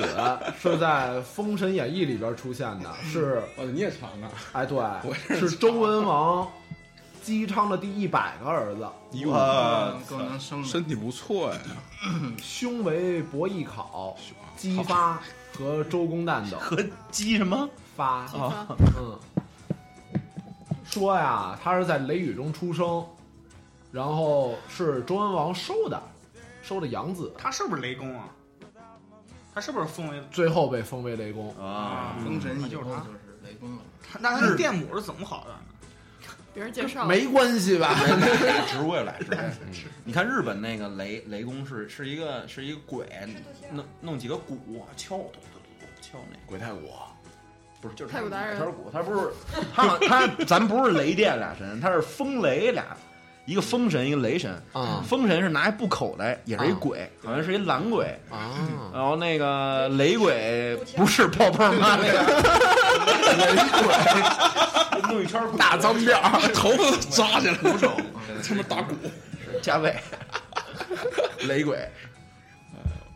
S4: 是在《封神演义》里边出现的，是
S8: 哦，你也尝啊，
S4: 哎对，是周文王姬昌的第一百个儿子，
S1: 我
S7: 够能生 的。
S8: 身体不错呀，
S4: 兄为伯邑考、姬发和周公旦等。
S1: 和鸡什么？
S4: 发，
S5: 啊
S4: 嗯，说呀，他是在雷雨中出生，然后是周文王收的，收的养子，
S2: 他是不是雷公啊？他是不是封为
S4: 最后被封为雷公。
S1: 啊，
S7: 封神以后
S2: 就是他
S7: 就是雷公了。
S2: 他？那他的电母是怎么好的呢？
S5: 别人介绍
S4: 没关系吧？
S1: 植物又来植物。你看日本那个雷雷公是是一个是一个鬼，弄弄几个鼓敲，咚咚咚咚敲那个
S4: 鬼太我，
S1: 不是就是
S5: 太鼓达人
S1: 他是鼓，他不是他好他咱不是雷电俩神，他是风雷俩，一个风神一个雷神。
S4: 啊
S1: 风神是拿一布口袋，也是一鬼，好像是一蓝鬼。
S4: 啊！
S1: 然后那个雷鬼不是泡泡妈那个，雷鬼弄一圈儿大脏辫儿，
S8: 头发都扎起来了，手，
S7: 嗯
S8: 他妈打鼓，
S1: 加倍， 雷鬼。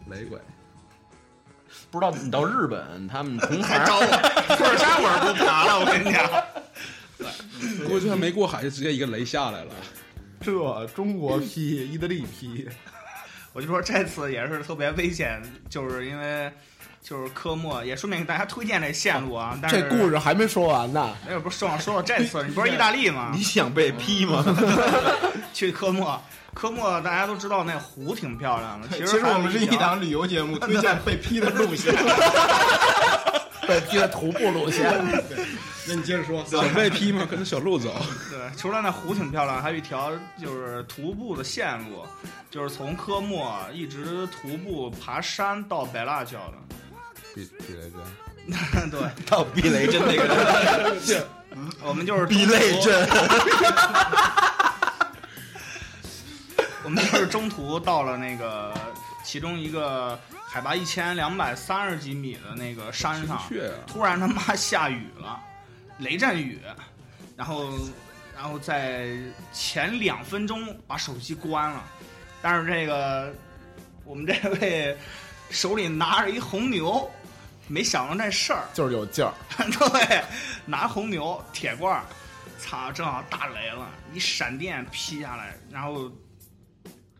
S4: 雷鬼，
S1: 不知道你到日本，他们同行
S7: 招我，棍儿杀我是不爬了，我跟你讲。
S8: 估计还没过海就直接一个雷下 来了，
S4: 这中国批，意大利批，
S2: 我就说这次也是特别危险，就是因为就是科目，也顺便给大家推荐这线路啊。但是
S4: 这故事还没说完呢。
S2: 哎，不是正好说到这次，你不是意大利吗
S1: 你？想被批吗？
S2: 去科莫，科莫大家都知道那湖挺漂亮的。
S7: 其
S2: 实
S7: 实我们是一
S2: 还有条
S7: 档旅游节目，推荐被批的路线。
S4: 被批了徒步路线，
S7: 那你接着说，
S8: 准备劈嘛，跟着小 鹿走，
S2: 对，除了那湖挺漂亮，还有一条就是徒步的线路，就是从科莫一直徒步爬山到北辣椒的。
S4: 比比雷 震，
S2: 对，
S1: 到避雷哎针那个人，
S2: 嗯我们就是
S1: 避雷
S2: 中途，
S1: 针，
S2: 我们就是中途到了那个其中一个海拔一千两百三十几米的那个山上，
S8: 雀啊，
S2: 突然他妈下雨了，雷阵雨，然后然后在前两分钟把手机关了，但是这个我们这位手里拿着一红牛，没想到这事儿，
S4: 就是有劲儿。
S2: 对，拿红牛铁罐儿，操，正好打雷了，一闪电劈下来，然后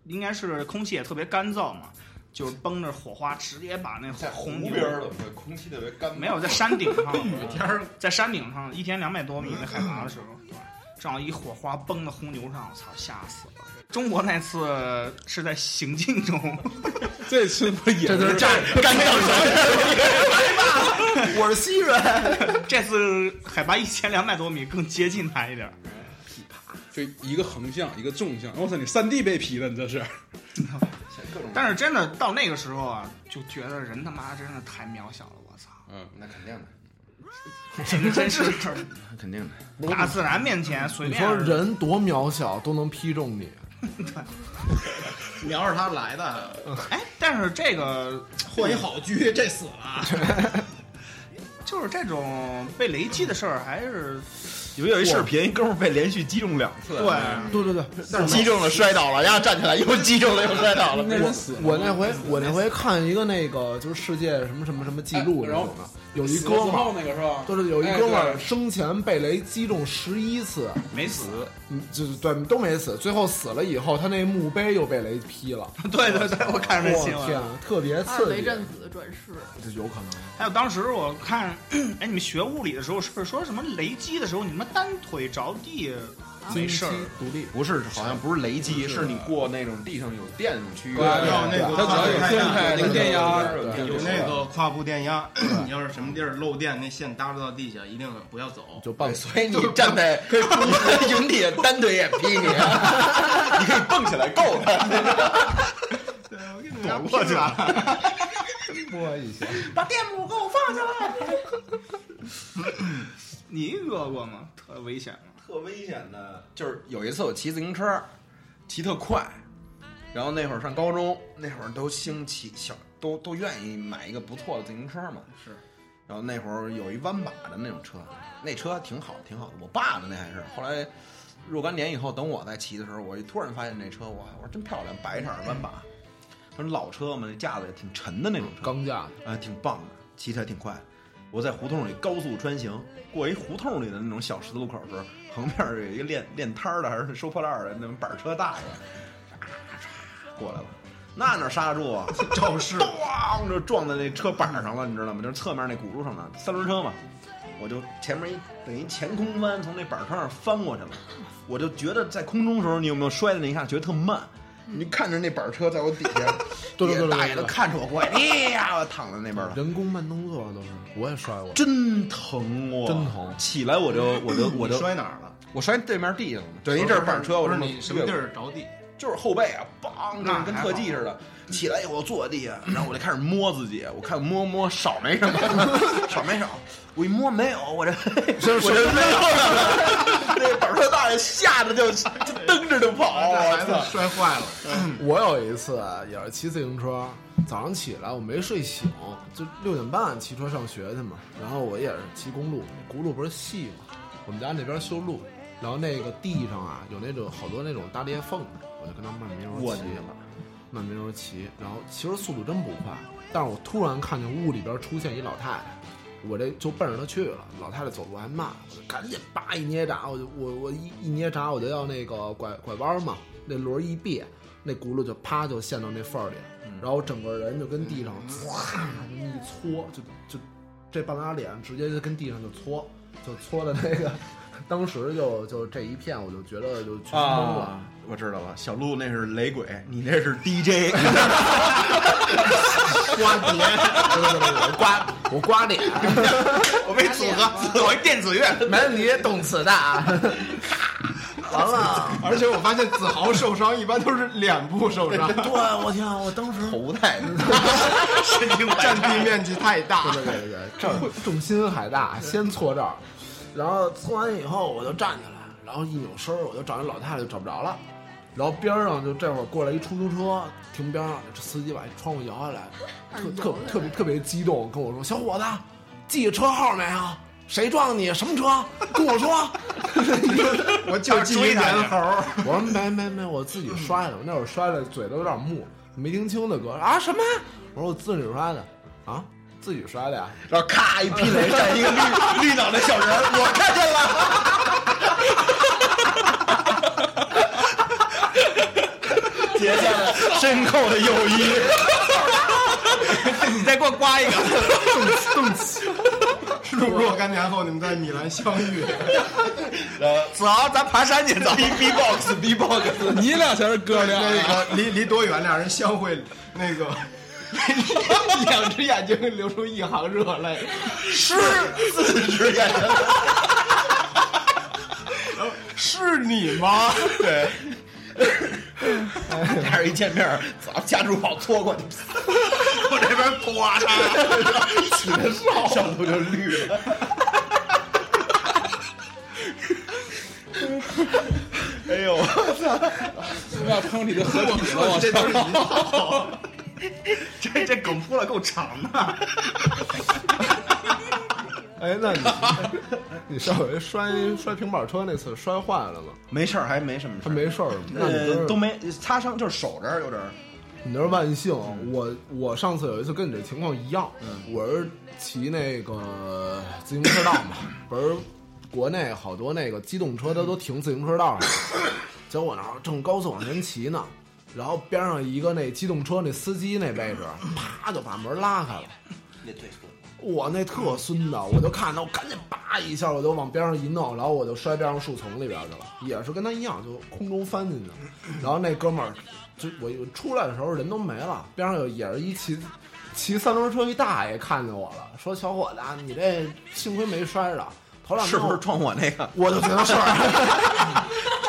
S2: 应该是空气也特别干燥嘛，就是崩着火花直接把那红牛
S1: 了，空气特别干
S2: 没有在山顶上，天儿在山顶上，一天两百多米那海拔的时候，对，正好一火花崩到红牛上，我操，吓死了！中国那次是在行进中，
S8: 这次不也
S4: 这就是
S8: 是
S4: 站干仗人，我是西人。
S2: 这次海拔一千两百多米更接近它一点儿。
S8: 就一个横向一个纵向，我操，你三 D 被劈了，你这是，
S1: 各种，
S2: 但是真的到那个时候啊，就觉得人他妈真的太渺小了，我 操！
S8: 嗯，
S1: 那肯定的，
S2: 真真是
S1: 那肯定的。
S2: 大自然面前随
S4: 你
S2: 便
S4: 说人多渺小都能劈中你，
S7: 你要是他来的，
S2: 哎，但是这个
S7: 混一好局，这死了。
S2: 就是这种被雷击的事儿，还是
S1: 有有一视频，一哥们儿被连续击中两次，
S2: 对。
S4: 对对对，
S1: 击中了摔 倒了，然后站起来又击中了又摔倒了。
S8: 那人死了
S4: 我那回我那回看一个那个就是世界什么什么什么记录
S8: 哎
S4: 那
S8: 然后
S4: 种的，有一
S8: 死
S4: 哥
S8: 了之
S4: 们儿
S8: 后那个是吧？
S4: 就是有一
S8: 哎
S4: 哥们儿
S8: 对
S4: 生前被雷击中十一次，
S2: 没死，
S4: 嗯，就是对都没死，最后死了以后他那墓碑又被雷劈了，
S2: 对对对，我看着这新
S4: 我
S2: 闻，
S4: 天，啊特别
S5: 他是
S4: 刺
S5: 雷
S4: 激，
S5: 震子转世，
S4: 这有可能。
S2: 还有当时我 看，哎，你们学物理的时候是不是说什么雷击的时候，你们单腿着地没事儿。
S4: 独立，
S1: 不是，好像不是雷击，是你过那种地上有电啊那种区域，
S8: 对对
S7: 要那个
S8: 它只要有电
S7: 对
S8: 有那个电压，对
S7: 有那个跨步电压， 你要是什么地儿漏电，那线耷拉到地下，一定不要走。
S4: 就棒
S1: 所以你站在 营地单腿也劈你， 你可以蹦起来够他，
S7: 对，我给你躲过去了。
S4: 拨一下。
S2: 把电母给我放下来。你饿过吗？特危险 吗？
S1: 特危险的。就是有一次我骑自行车，骑特快，然后那会儿上高中，那会儿都兴起小，都都愿意买一个不错的自行车嘛。
S7: 是。
S1: 然后那会儿有一弯把的那种车，那车挺好，挺好的，我爸的那还是。后来若干年以后，等我再骑的时候，我突然发现那车，哇，我说真漂亮，白色儿弯把。它是老车嘛，那架子也挺沉的那种车。
S4: 钢架
S1: 啊，挺棒的，骑起来挺快。我在胡同里高速穿行，过一胡同里的那种小十字路口的时候，横面有一个练练摊儿的还是收破烂儿的那种板车大爷，唰唰过来了，那哪刹得住啊？ 肇事，
S4: 啊
S1: 咣就撞在那车板上了，你知道吗？就是侧面那轱辘上了，三轮车嘛。我就前面一等于前空翻，从那板车上翻过去了。我就觉得在空中的时候，你有没有摔的那一下觉得特慢？你就看着那板车在我底下，
S4: 对对对对对
S1: 大爷都看着我过来，哎呀，我躺在那边了。
S4: 人工慢动作都是，我也摔过，
S1: 真疼我，
S4: 真疼
S1: 起来我就我就我就
S7: 摔哪儿了？
S1: 我摔对面地上了，等于这儿板车，我
S7: 不
S1: 这
S7: 是你什么地
S1: 儿
S7: 儿着地？
S1: 就是后背啊，梆，
S7: 那
S1: 就是跟特技似的。起来以后我坐地下， 然后我就开始摸自己，我看摸摸少没什么， 少没少，我一摸没有，我这我这累了。 那板车大爷吓得就就蹬着就跑，啊
S7: 孩
S1: 我
S7: 子
S1: 操！
S7: 摔坏了。
S4: 我有一次也是骑自行车，早上起来我没睡醒，就六点半骑车上学去嘛。然后我也是骑公路，轱辘不是细嘛，我们家那边修路，然后那个地上啊有那种好多那种大裂缝的，我就跟他慢悠悠
S1: 我
S4: 骑
S1: 去了，
S4: 慢悠悠骑。然后其实速度真不快，但是我突然看见屋里边出现一老太太。我这就奔着她去了，老太太走路还慢，我就赶紧叭一捏闸，我就我我一一捏闸我就要那个拐拐弯嘛，那轮儿一别，那轱辘就啪就陷到那缝儿里，然后整个人就跟地上唰一搓，就就这半拉脸直接就跟地上就搓，就搓的那个， 当时就就这一片我就觉得就全懵了。
S1: 啊，我知道了，小鹿那是雷鬼，你那是 DJ。
S4: 刮脸， 对对对，我刮我刮脸，
S2: 我没组
S1: 哎
S2: 合，我电子乐。
S4: 没你也懂词的啊。 完了，
S7: 而且我发现子豪受伤一般都是脸部受伤，
S4: 对，我天啊，我当时
S1: 头 太
S2: 神经
S7: 占地面积太大。
S4: 对对对对，这儿重心还大，先搓这儿，然后搓完以后我就站起来，然后一扭身儿我就找那老太太就找不着了，然后边儿上就这会儿过来一出租车停边儿上，这司机把窗户摇下来，特特特别特别激动跟我说：“小伙子，记车号没啊？谁撞你？什么车？跟我说。”
S7: 我就记一猿猴，
S4: 我说没没没，我自己摔的，我那会儿摔的嘴都有点木，没听清的歌啊什么？我说我自己摔的啊，自己摔的呀、
S1: 然后咔一劈雷，站一个绿绿脑袋小人儿，我看见 了。结下了深厚的友谊。
S2: 你再给我刮一个。
S7: 若若干年后你们在米兰相遇，
S2: 子豪，咱爬山去，走。
S1: B box B box，
S8: 你俩才是哥俩。
S7: 那个呃离离多远，俩人相会，那个 两只眼睛流出一行热泪。
S1: 四只眼睛。
S7: 是你吗？
S1: 对。 俩人一见面，早夹住跑搓过去，我这边啪嚓，起来烧，小头就绿了。 哎呦，
S8: 我俩碰体就合体了，我
S2: 这都是
S8: 操！
S2: 这这梗铺的够长的。
S4: 哎，那你你上回摔摔平板车那次摔坏了吗？
S1: 没事儿，还没什么事
S4: 他
S1: 儿。
S4: 没事儿吗？那你
S1: 呃，
S4: 都
S1: 都
S4: 是
S1: 没擦伤，就是手这儿有点儿。
S4: 你都是万幸。我我上次有一次跟你这情况一样，我是骑那个自行车道嘛，不是国内好多那个机动车它都停自行车道上，结果呢正高速往前骑呢，然后边上一个那机动车那司机那位置，啪就把门拉开了。
S1: 那对错，
S4: 我那特孙子，我就看着我赶紧叭一下，我就往边上一弄，然后我就摔边上树丛里边去了，也是跟他一样，就空中翻进去。然后那哥们儿，就我我出来的时候人都没了，边上有也是一骑骑三轮车一大爷看见我了，说小伙子，啊你这幸亏没摔着，头两
S1: 是
S4: 天
S1: 不是撞我那个？
S4: 我就觉得是。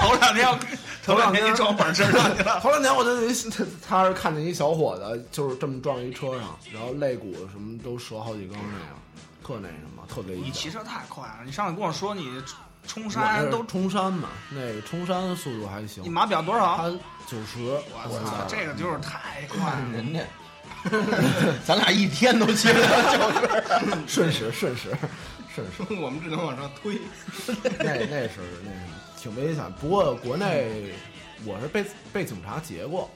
S2: 头两天要头两天你撞本身上去了，
S4: 头两天我就他是看见一小伙子，就是这么撞一车上，然后肋骨什么都折好几根那样，特那什么，特累。
S2: 你骑车太快了，你上次跟我说你冲
S4: 我
S2: 山
S4: 是
S2: 都，
S4: 冲山嘛，那个冲山速度还
S2: 你
S4: 行，
S2: 码表多少
S4: 他？九十，
S2: 我操，这个就是太快了。
S4: 嗯
S1: 人家，咱俩一天都去 了，
S4: 瞬时瞬 时瞬 时，
S7: 我们只能往上推。
S4: 那那是那是挺危险。不过国内我是被被警察劫过，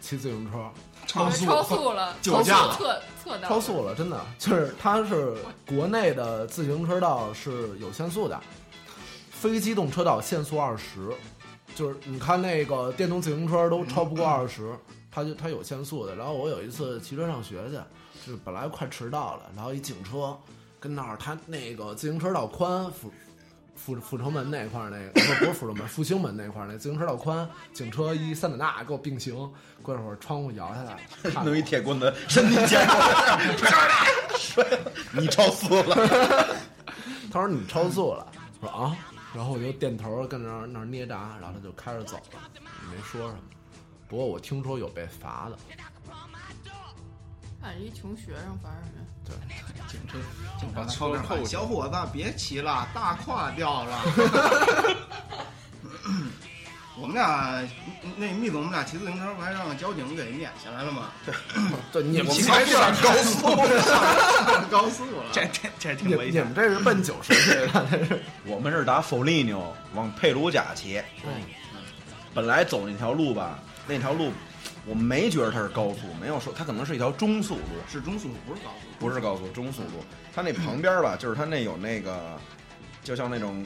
S4: 骑自行车。
S5: 超速超速了，
S4: 酒驾了
S5: 测测到
S4: 超速了，真的就是它是国内的自行车道是有限速的，非机动车道限速二十，就是你看那个电动自行车都超不过二十、它就它有限速的。然后我有一次骑车上学去，就是本来快迟到了，然后一警车跟那儿，它那个自行车道宽辅。阜阜成门那块儿，那个不是不是阜成门，复兴门那块儿，那自行车道宽，警车一三等大给我并行，过一会儿窗户摇下来，看
S1: 弄一
S4: 我
S1: 铁棍子，身体接过来，摔了，你超速了。
S4: 他说你超速了，我说啊，然后我就点头跟那儿那儿捏闸，然后他就开着走了，没说什么。不过我听说有被罚的，
S5: 看着一穷学生玩什么呀？
S7: 警车，
S2: 把车
S7: 车
S2: 扣
S7: 扣着
S2: 小伙子别骑了，大胯掉 了。
S7: 我们俩那密总，我们俩骑自行车不还让交警给撵下来了吗？
S4: 对你们
S1: 骑车上高速，
S7: 高速了，
S2: 这这这
S4: 你
S2: 挺危
S4: 们你
S2: 险
S4: 们。这是奔九十去的，这是
S1: 我们是打否利牛往佩鲁贾骑，本来走那条路吧，那条路我没觉得它是高速，没有说它可能是一条中速路，
S7: 是中速，不是高速。
S1: 不是高速，中速路。它那旁边吧，就是它那有那个，就像那种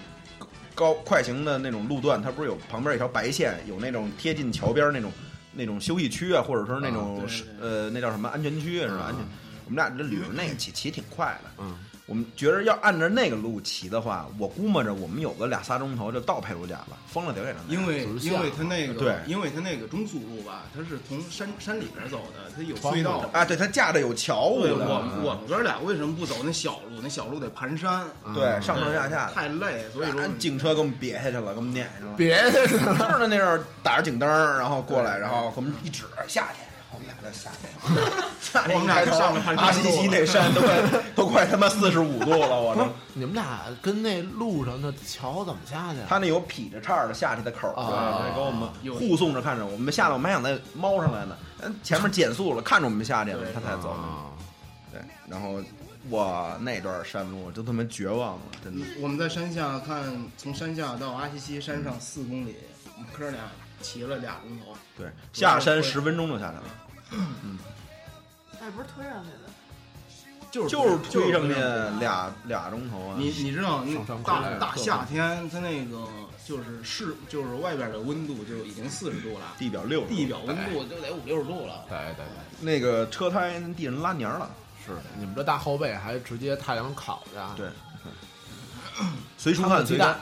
S1: 高快行的那种路段，它不是有旁边一条白线，有那种贴近桥边那种那种休息区啊，或者说那种、
S7: 啊对对对
S1: 呃那叫什么安全区是吧？
S4: 啊
S1: 安全。我们俩这捋着那个骑骑挺快的，
S4: 嗯，
S1: 我们觉着要按照那个路骑的话，我估摸着我们有个俩仨钟头就到佩鲁贾了，疯了得给他们。
S7: 因为
S4: 就是下
S7: 因为它那个
S1: 对
S7: 因为它那个中速路吧，它是从山山里边走的，它有
S4: 穿
S7: 隧道。
S1: 啊，对，它架着有桥，
S7: 对，
S1: 我
S7: 我
S1: 的
S7: 们我们哥俩为什么不走那小路？那小路得盘山，
S4: 嗯
S1: 啊对上上下下的。
S7: 嗯太累，所以说我
S1: 按
S7: 们
S1: 警车给我们别下去了，给我们撵下去 了。
S4: 别
S1: 就是呢，那阵儿打着警灯儿，然后过来，然后给我们一指哎下去，我们俩就下去了。 下去
S7: 我们俩就上了
S1: 一抬
S7: 盘
S1: 头
S7: 山
S1: 阿
S7: 路
S1: 西西那山都快 都快他妈四十五度了，我
S4: 不是
S1: 操！
S4: 你们俩跟那路上的桥怎么下去啊？
S1: 他那有劈着叉儿的下去的口儿，
S4: 啊
S1: 对给我们护送着看着我们下来，我们还想再猫上来呢。嗯，前面减速了，看着我们下去了，他才走。
S4: 啊，
S1: 对，然后我那段山路我就他妈绝望了，真的。
S7: 我们在山下看，从山下到阿西西山上四公里，我们哥俩骑了俩钟头。
S1: 对，下山十分钟就下来了，
S5: 哎，不是推上去的，
S7: 就是
S1: 就是推上去
S7: 去。
S1: 俩俩钟头啊。
S7: 你你知道那
S4: 上山回
S7: 大
S4: 来
S7: 大
S4: 各种
S7: 夏天，它那个就是室就是外边的温度就已经四十度了，
S1: 地表六十度，
S7: 地表温度就得五六十度了。
S4: 对对对，
S1: 那个车胎地上拉黏儿了。
S4: 是的你们这大后背还直接太阳烤着，
S1: 对，随出
S4: 看
S1: 汗
S4: 看
S1: 随
S4: 鸡
S1: 干
S4: 蛋，，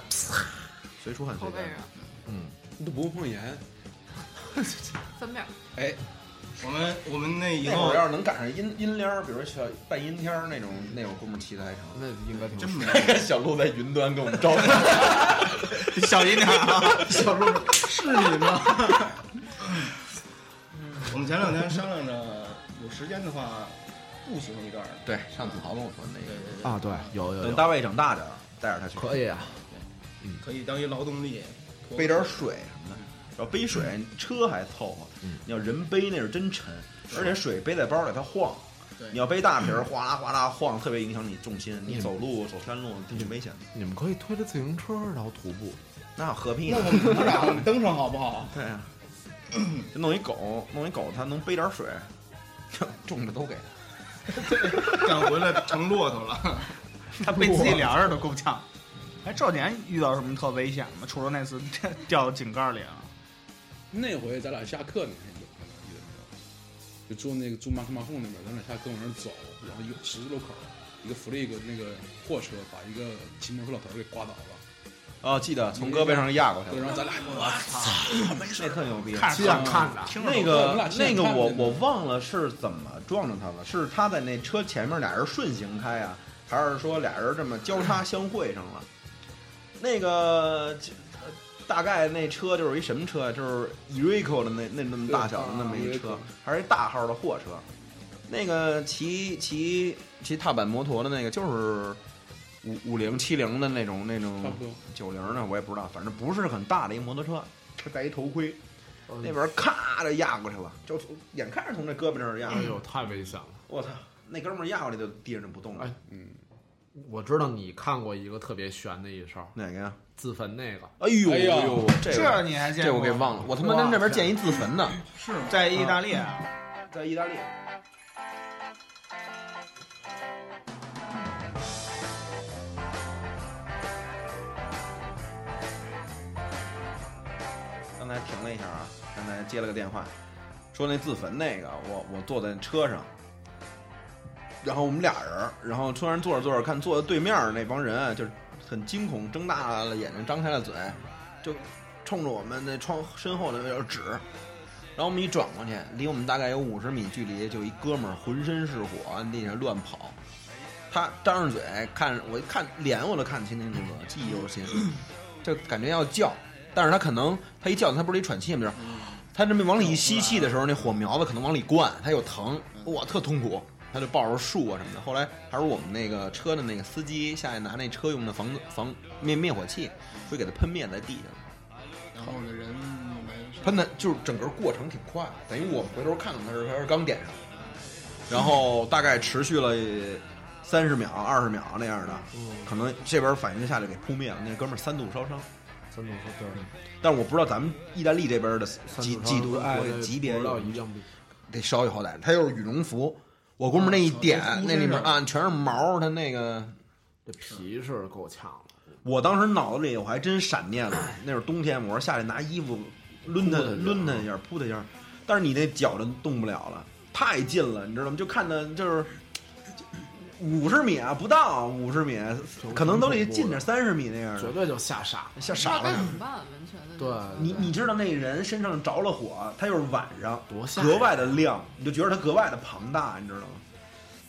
S1: 随出汗随
S5: 后背
S1: 干。
S5: 上
S8: 你都不用放盐，
S5: 三面儿，
S8: 哎，
S7: 我们我们那以
S1: 那
S7: 后
S1: 会儿要是能赶上阴阴天儿，比如小半阴天儿那种那种功夫骑的还长。
S4: 那应该挺
S7: 真没
S1: 小鹿在云端跟我们招手，
S2: 小心点啊！
S7: 小鹿是你吗？ 我们前两天商量着，有时间的话步行一段儿。
S1: 对，上次豪跟我说那
S7: 对
S1: 个，
S7: 对对，
S4: 啊，对，有有
S1: 等
S4: 有，
S1: 大卫长大点儿，带着他去，
S4: 可以啊，
S7: 可以当一劳动力，
S1: 背点儿水什么的。要背水，车还凑合，你要人背嗯那是真沉，而且水背在包里它晃
S7: 对。
S1: 你要背大瓶儿，哗啦哗啦晃，特别影响你重心。你走路走山路挺危险的。
S4: 你们可以推着自行车然后徒步，
S1: 那何必
S7: 那
S1: 呢？
S7: 我们哥俩登上好不 好？
S1: 对啊，就弄一狗，弄一狗，它能背点水， 种的都给它。
S7: 赶回来成骆驼了。
S2: 他被自己凉着都够呛。哎，这年遇到什么特危险的吗？除了那次 掉井盖里啊，
S8: 那回咱俩下课那天有咱俩遇到没有？就住那个住马克马洪那边，咱俩下课往那儿走，然后有十字路口，一个福利一个那个货车把一个骑摩托老头儿给刮倒了，
S1: 哦，记得从胳膊上压过去
S8: 对，
S1: 了，
S8: 然后咱俩我
S1: 那特牛逼。
S2: 看
S10: 亲眼
S2: 着
S4: 啊
S10: 看的，
S2: 听着
S1: 那
S8: 我们
S1: 个
S8: 俩现在
S1: 那个
S8: 看
S1: 我
S8: 见的
S1: 我忘了是怎么撞着他了，是他在那车前面俩人顺行开啊，还是说俩人这么交叉相会上了？那个就呃大概那车就是一什么车啊？就是 Erico 的那那那么大小的那么一
S8: 对
S1: 车
S8: 啊，
S1: 还是一大号的货车。那个骑骑骑踏板摩托的那个就是五五零七零的那种那种
S8: 差不多
S1: 九零的，我也不知道，反正不是很大的一摩托车，他戴一头盔，那边咔的压过去了，就从眼看着从这胳膊那儿压过
S4: 哎
S1: 去了，
S4: 呦，太危险了！
S1: 我操！那哥们儿压过来就地上就不动了
S4: 哎，我知道你看过一个特别悬的一招，
S1: 哪个呀？
S4: 自焚那个，
S1: 哎呦
S8: 哎呀
S1: 呦，这
S2: 这
S1: 个
S2: 你还见
S1: 这
S2: 过？
S1: 我给忘了，我他妈跟这边见一自焚的，
S2: 是吗在意大利啊。
S1: 嗯在意大利。刚才停了一下啊，刚才接了个电话，说那自焚那个，我我坐在车上，然后我们俩人儿，然后突然坐着坐着看，坐在对面儿那帮人啊就是很惊恐，睁大了眼睛，张开了嘴，就冲着我们那窗身后的那边指，然后我们一转过去，离我们大概有五十米距离，就一哥们儿浑身是火，地上乱跑。他张着嘴看我，一看脸我都看清清楚楚，记忆犹新，就感觉要叫，但是他可能他一叫，他不是一喘气吗？就是嗯他这么往里一吸气的时候，那火苗子可能往里灌，他又疼，哇，特痛苦。他就抱着树啊什么的。后来还是我们那个车的那个司机下去拿那车用的防防灭灭火器，会给他喷灭在地上。
S7: 然后这人没事
S1: 喷的，就是整个过程挺快，等于我们回头看看他时，候，他是刚点上，然后大概持续了三十秒、二十秒那样的，可能这边反应下来给扑灭了，那哥们儿三度烧伤。
S10: 三种说对，
S1: 但是我不知道咱们意大利这边的几几度
S10: 哎，
S1: 级别
S10: 不知道
S1: 有
S10: 一样不
S1: 得稍有好歹，他又是羽绒服，我估摸那一点
S7: 啊
S1: 那里面啊全是毛，他那个
S10: 这皮是够呛了。
S1: 我当时脑子里我还真闪 念了，那是冬天，我说下去拿衣服抡他
S10: 扑他一下
S1: 抡他一下，扑他一下，但是你那脚就动不了了，太近了，你知道吗？就看着就是五十米啊，不到五十米，可能都得近点三十米那样
S10: 绝
S1: 的，
S10: 对就吓傻了。
S1: 吓傻
S5: 道该
S1: 了
S5: 怎。么办，完全的。
S10: 对
S1: 你你知道那人身上着了火，他又是晚上，
S10: 多吓人
S1: 格外的亮，你就觉得他格外的庞大，你知道吗？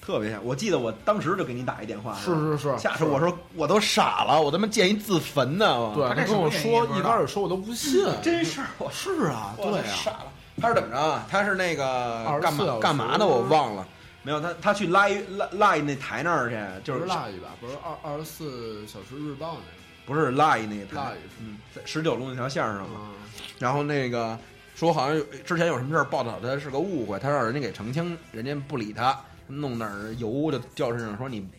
S1: 特别吓，我记得我当时就给你打一电话，
S10: 是是是，啊
S1: 吓死我说我都傻了，我他妈见一自焚呢，我
S10: 对
S2: 他
S10: 他
S2: 这
S10: 跟我
S2: 什么原
S10: 说
S2: 因不
S10: 一
S2: 知道
S10: 开始说我都不信，
S1: 真事儿，我
S10: 是啊，
S1: 我
S10: 对啊，
S1: 操傻了。他是怎么着啊？他是那个
S10: 24
S1: 干
S10: 小
S1: 嘛
S10: 时
S1: 干嘛的？我忘了。没有他，他去拉一拉拉一那台那儿去，就
S10: 不
S1: 是
S10: 是腊一吧？不是二二十四小时日报那
S1: 不是拉一那
S10: 腊
S1: 台
S10: 一，
S1: 嗯，在十九路那条线上嘛。
S10: 嗯，
S1: 然后那个说好像有之前有什么事儿报道他是个误会，他让人家给澄清，人家不理他，弄点儿油就掉身上，说你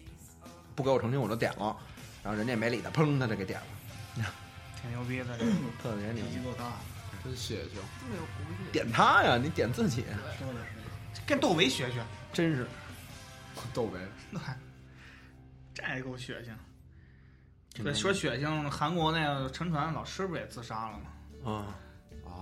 S1: 不给我澄清我就点了，然后人家也没理他，砰他就给点了，
S2: 挺牛逼的，
S1: 特别牛
S7: 脾。气够大，
S10: 真血性。
S5: 这么有骨气。
S1: 点他呀，你点自己，
S7: 说的是。
S2: 跟窦唯学学，
S1: 真是
S10: 窦唯，
S2: 那还这也够血性。对，说血性，韩国那个沉船老师不也自杀了吗？
S1: 啊，
S10: 啊，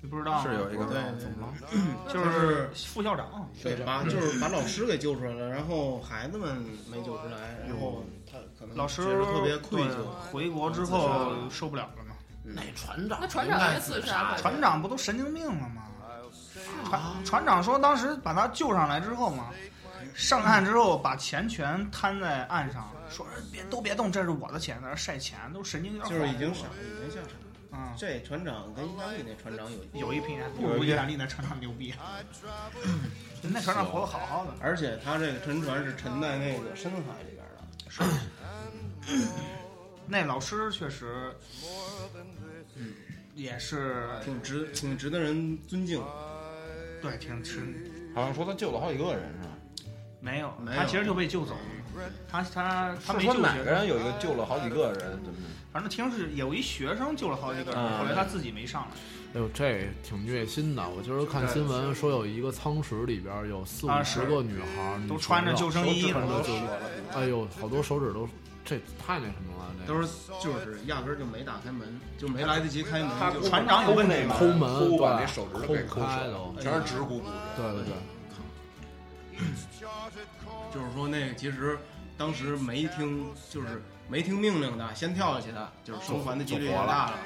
S2: 你不知道吗？
S1: 是有一个
S7: 对，
S10: 怎么了？
S2: 就是副校长，
S7: 对，把就是把老师给救出来了，然后孩子们没救出来，然后他可能
S2: 老师
S7: 觉得嗯特别愧疚嗯
S2: 对。回国之后受不了了嘛。
S10: 那船长
S5: 那啊船长也自杀吧？
S2: 船长不都神经病了吗？
S7: 啊
S2: 船船长说，当时把他救上来之后嘛，上岸之后把钱全摊在岸上，说别都别动，这是我的钱，在那晒钱，都神经有点
S7: 就是已
S2: 恍惚
S7: 经
S2: 了
S7: 傻，已经吓傻了。
S2: 嗯，
S7: 这船长跟意大利那船长有
S2: 有一拼，不如意大利那船长牛逼。
S7: 嗯
S2: 那船
S7: 啊
S2: 长活得好好的，
S7: 而且他这个沉船是沉在那个深海里边的，
S2: 那老师确实，嗯，也是
S7: 挺值挺值得人尊敬。
S2: 对，挺挺
S1: 好像说他救了好几个人是吧？
S2: 没有，
S7: 没有嗯
S2: 他其实就被救走了。他他他
S1: 是
S2: 没
S1: 说
S2: 救
S1: 哪
S2: 学
S1: 个人有一个救了好几个人，怎么
S2: 反正听说是有一学生救了好几个人，
S1: 嗯
S2: 后来他自己没上来。
S10: 哎呦，这挺虐心的。我今儿看新闻说，有一个仓室里边有四
S2: 啊
S10: 五十
S2: 是
S10: 个女孩儿，女
S2: 都穿着
S10: 船长
S2: 救生衣
S10: 穿着
S2: 都
S10: 救生衣，哎呦，好多手指都，这太那什么了，这
S7: 都是就是压根儿就没打开门，就没来得及开门，就
S2: 船长有问题吧？
S10: 抠门，
S1: 抠
S10: 对，
S1: 把那手指头
S10: 抠
S1: 给抠
S10: 开
S1: 折
S10: 都，
S1: 全是
S2: 哎
S1: 直呼呼。
S10: 对对对，
S7: 就是说那个其实当时没听，就是没听命令的，先跳下去的，就是生还的几率也大了。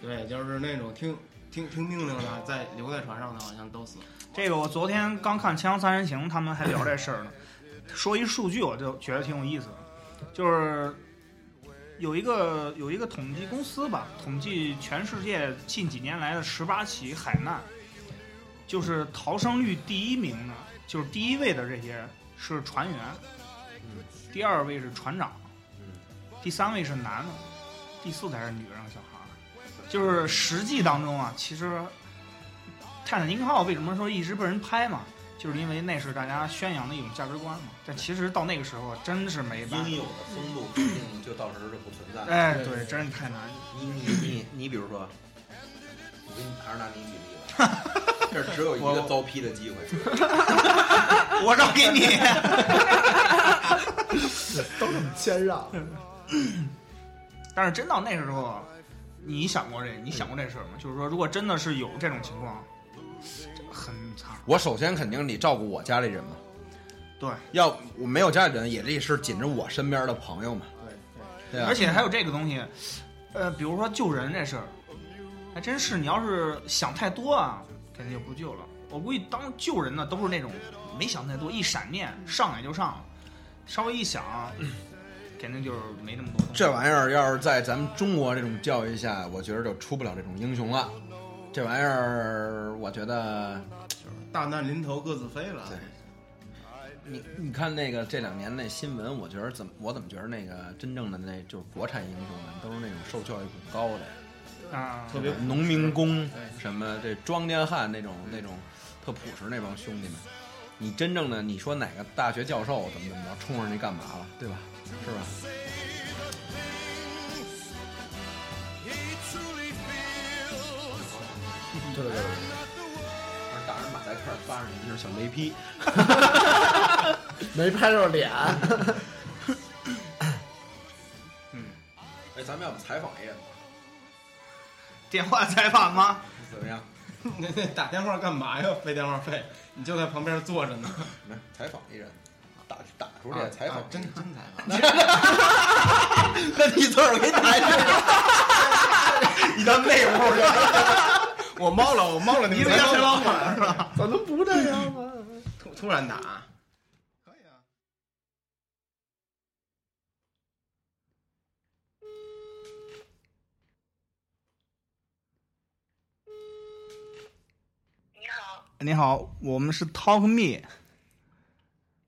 S10: 对，
S7: 对，就是那种听听听命令的，在留在船上的，好像都死了。
S2: 这个我昨天刚看《锵锵三人行》，他们还聊这事儿呢。说一数据，我就觉得挺有意思的，就是有一个有一个统计公司吧，统计全世界近几年来的十八起海难，就是逃生率第一名的，就是第一位的这些是船员，第二位是船长，第三位是男的，第四才是女人和小孩儿。就是实际当中啊，其实泰坦尼克号为什么说一直被人拍嘛，就是因为那是大家宣扬的一种价值观嘛。但其实到那个时候，啊真是没办
S1: 应
S2: 法。
S1: 有的风度肯定就到时候就不存在了。
S2: 哎，对，真是太难。
S1: 你你你你比如说，我给你还是拿你举例吧， 这只有一个遭批的机会。
S2: 我让给你，
S10: 都这么谦让，
S2: 但是真到那时候，你想过这，你想过这事儿吗？就是说，如果真的是有这种情况，这很惨。
S1: 我首先肯定得照顾我家里人嘛，
S2: 对，
S1: 要我没有家里人，也得是紧着我身边的朋友嘛。对，对啊
S2: 而且还有这个东西，呃，比如说救人这事儿，还真是你要是想太多啊，肯定就不救了。我估计当救人的都是那种没想太多，一闪念上来就上了，稍微一想，肯定就是没那么多东西。
S1: 这玩意儿要是在咱们中国这种教育下，我觉得就出不了这种英雄了。这玩意儿，我觉得
S7: 大难临头各自飞了。
S1: 对你你看那个这两年那新闻，我觉得怎么我怎么觉得那个真正的那就是国产英雄们都是那种受教育很高的，
S2: 啊，
S7: 特别
S1: 农民工什么这庄稼汉那种那种特朴实那帮兄弟们，你真正的你说哪个大学教授怎么怎么着冲上去干嘛了，对吧？是吧？
S10: 对对对对。
S1: 打着马赛克，拉着你就是小雷劈。
S10: 没拍着 脸，
S1: 哎，咱们要不采访一个
S2: 电话采访 吗？
S1: 怎么样？
S7: 那那打电话干嘛呀？费电话费？你就在旁边坐着呢。
S1: 没采访一人，打打出这采访
S7: 啊， 真真采访。
S1: 那你自个儿给打 一你到内屋去。
S7: 我猫了，我猫了，你们家采访馆是吧？
S10: 怎么不这样吗？
S7: 突突然打，可以啊。
S11: 你好，
S2: 你好，我们是 Talk Me。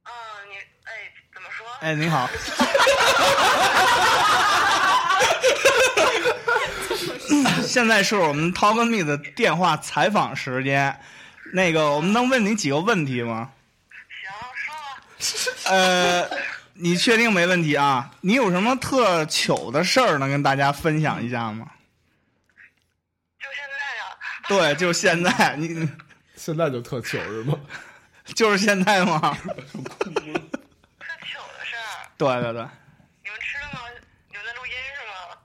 S11: 啊，你哎，怎么说？
S2: 哎，你 好，现在是我们 Talk Me 的电话采访时间。那个，我们能问你几个问题吗？
S11: 行，说吧。
S2: 呃，你确定没问题啊？你有什么特糗的事儿能跟大家分享一下吗？
S11: 就现在啊呀、
S2: 对，就现在，你
S4: 现在就特糗是吗？
S2: 就是现在吗？
S11: 特糗的事儿。
S2: 对对对，
S11: 你们吃了吗？你们在录音是吗？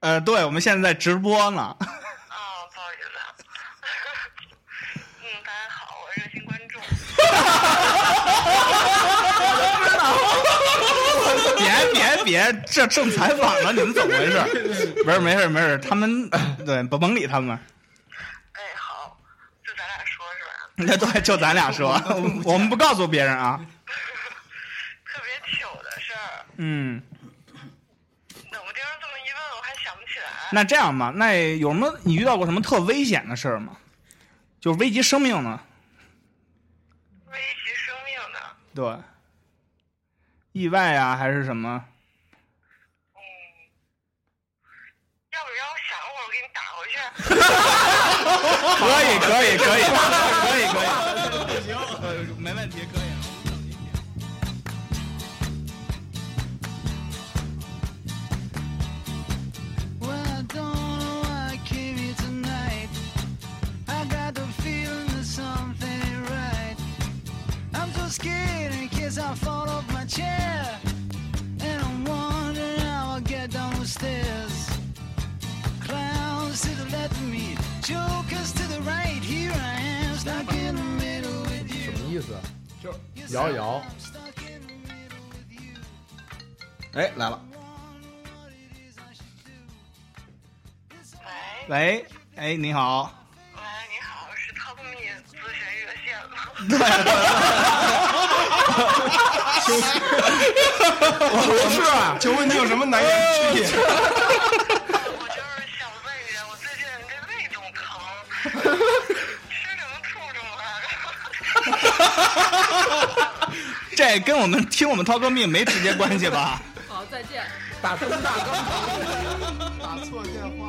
S2: 呃，对，我们现在在直播呢。
S11: 啊，不好意思啊。 嗯，大家好，我是热心观众。
S2: 别别别，这正采访呢，你们怎么回事？ 不是，没事没事，他们对甭甭理他们。
S11: 哎，好，就咱俩说是吧？
S2: 那对，就咱俩说， 我们不告诉别人啊。
S11: 特别糗的事儿，
S2: 嗯，
S11: 冷不丁儿这么一问，我还想不起来。
S2: 那这样吧，那有什么你遇到过什么特危险的事儿吗？就是危及生命呢？
S11: 危及生命的，
S2: 对，意外啊，还是什么？
S11: 嗯，要不让我想会儿，我给你打 回去。
S2: 可以，可以，可以，可以，可以。行，没问题，可以。
S12: Well, I don't know why I came here tonight. I got the feeling that something ain't right. I'm so scared in case I fall off my chair. And I'm wondering how I'll get down the stairs. Clowns to the left of me, jokers to the right. Here I am, stuck in the middle with you.
S10: 什么意思？
S12: Yes,
S10: 摇一摇
S12: I'm stuck in the middle with you.
S1: 哎，来了，
S11: 喂
S2: 喂，哎，你好，
S11: 喂，啊你好，是 Top Me 咨询热线吗？
S7: 不是啊， 请问你有什么难言之隐？
S11: 我就是想问一下，我最近这胃总疼，吃什么吐什么来着？
S2: 这跟我们听我们涛哥命没直接关系吧？
S5: 好，再见。
S10: 打声大刚，打错电话。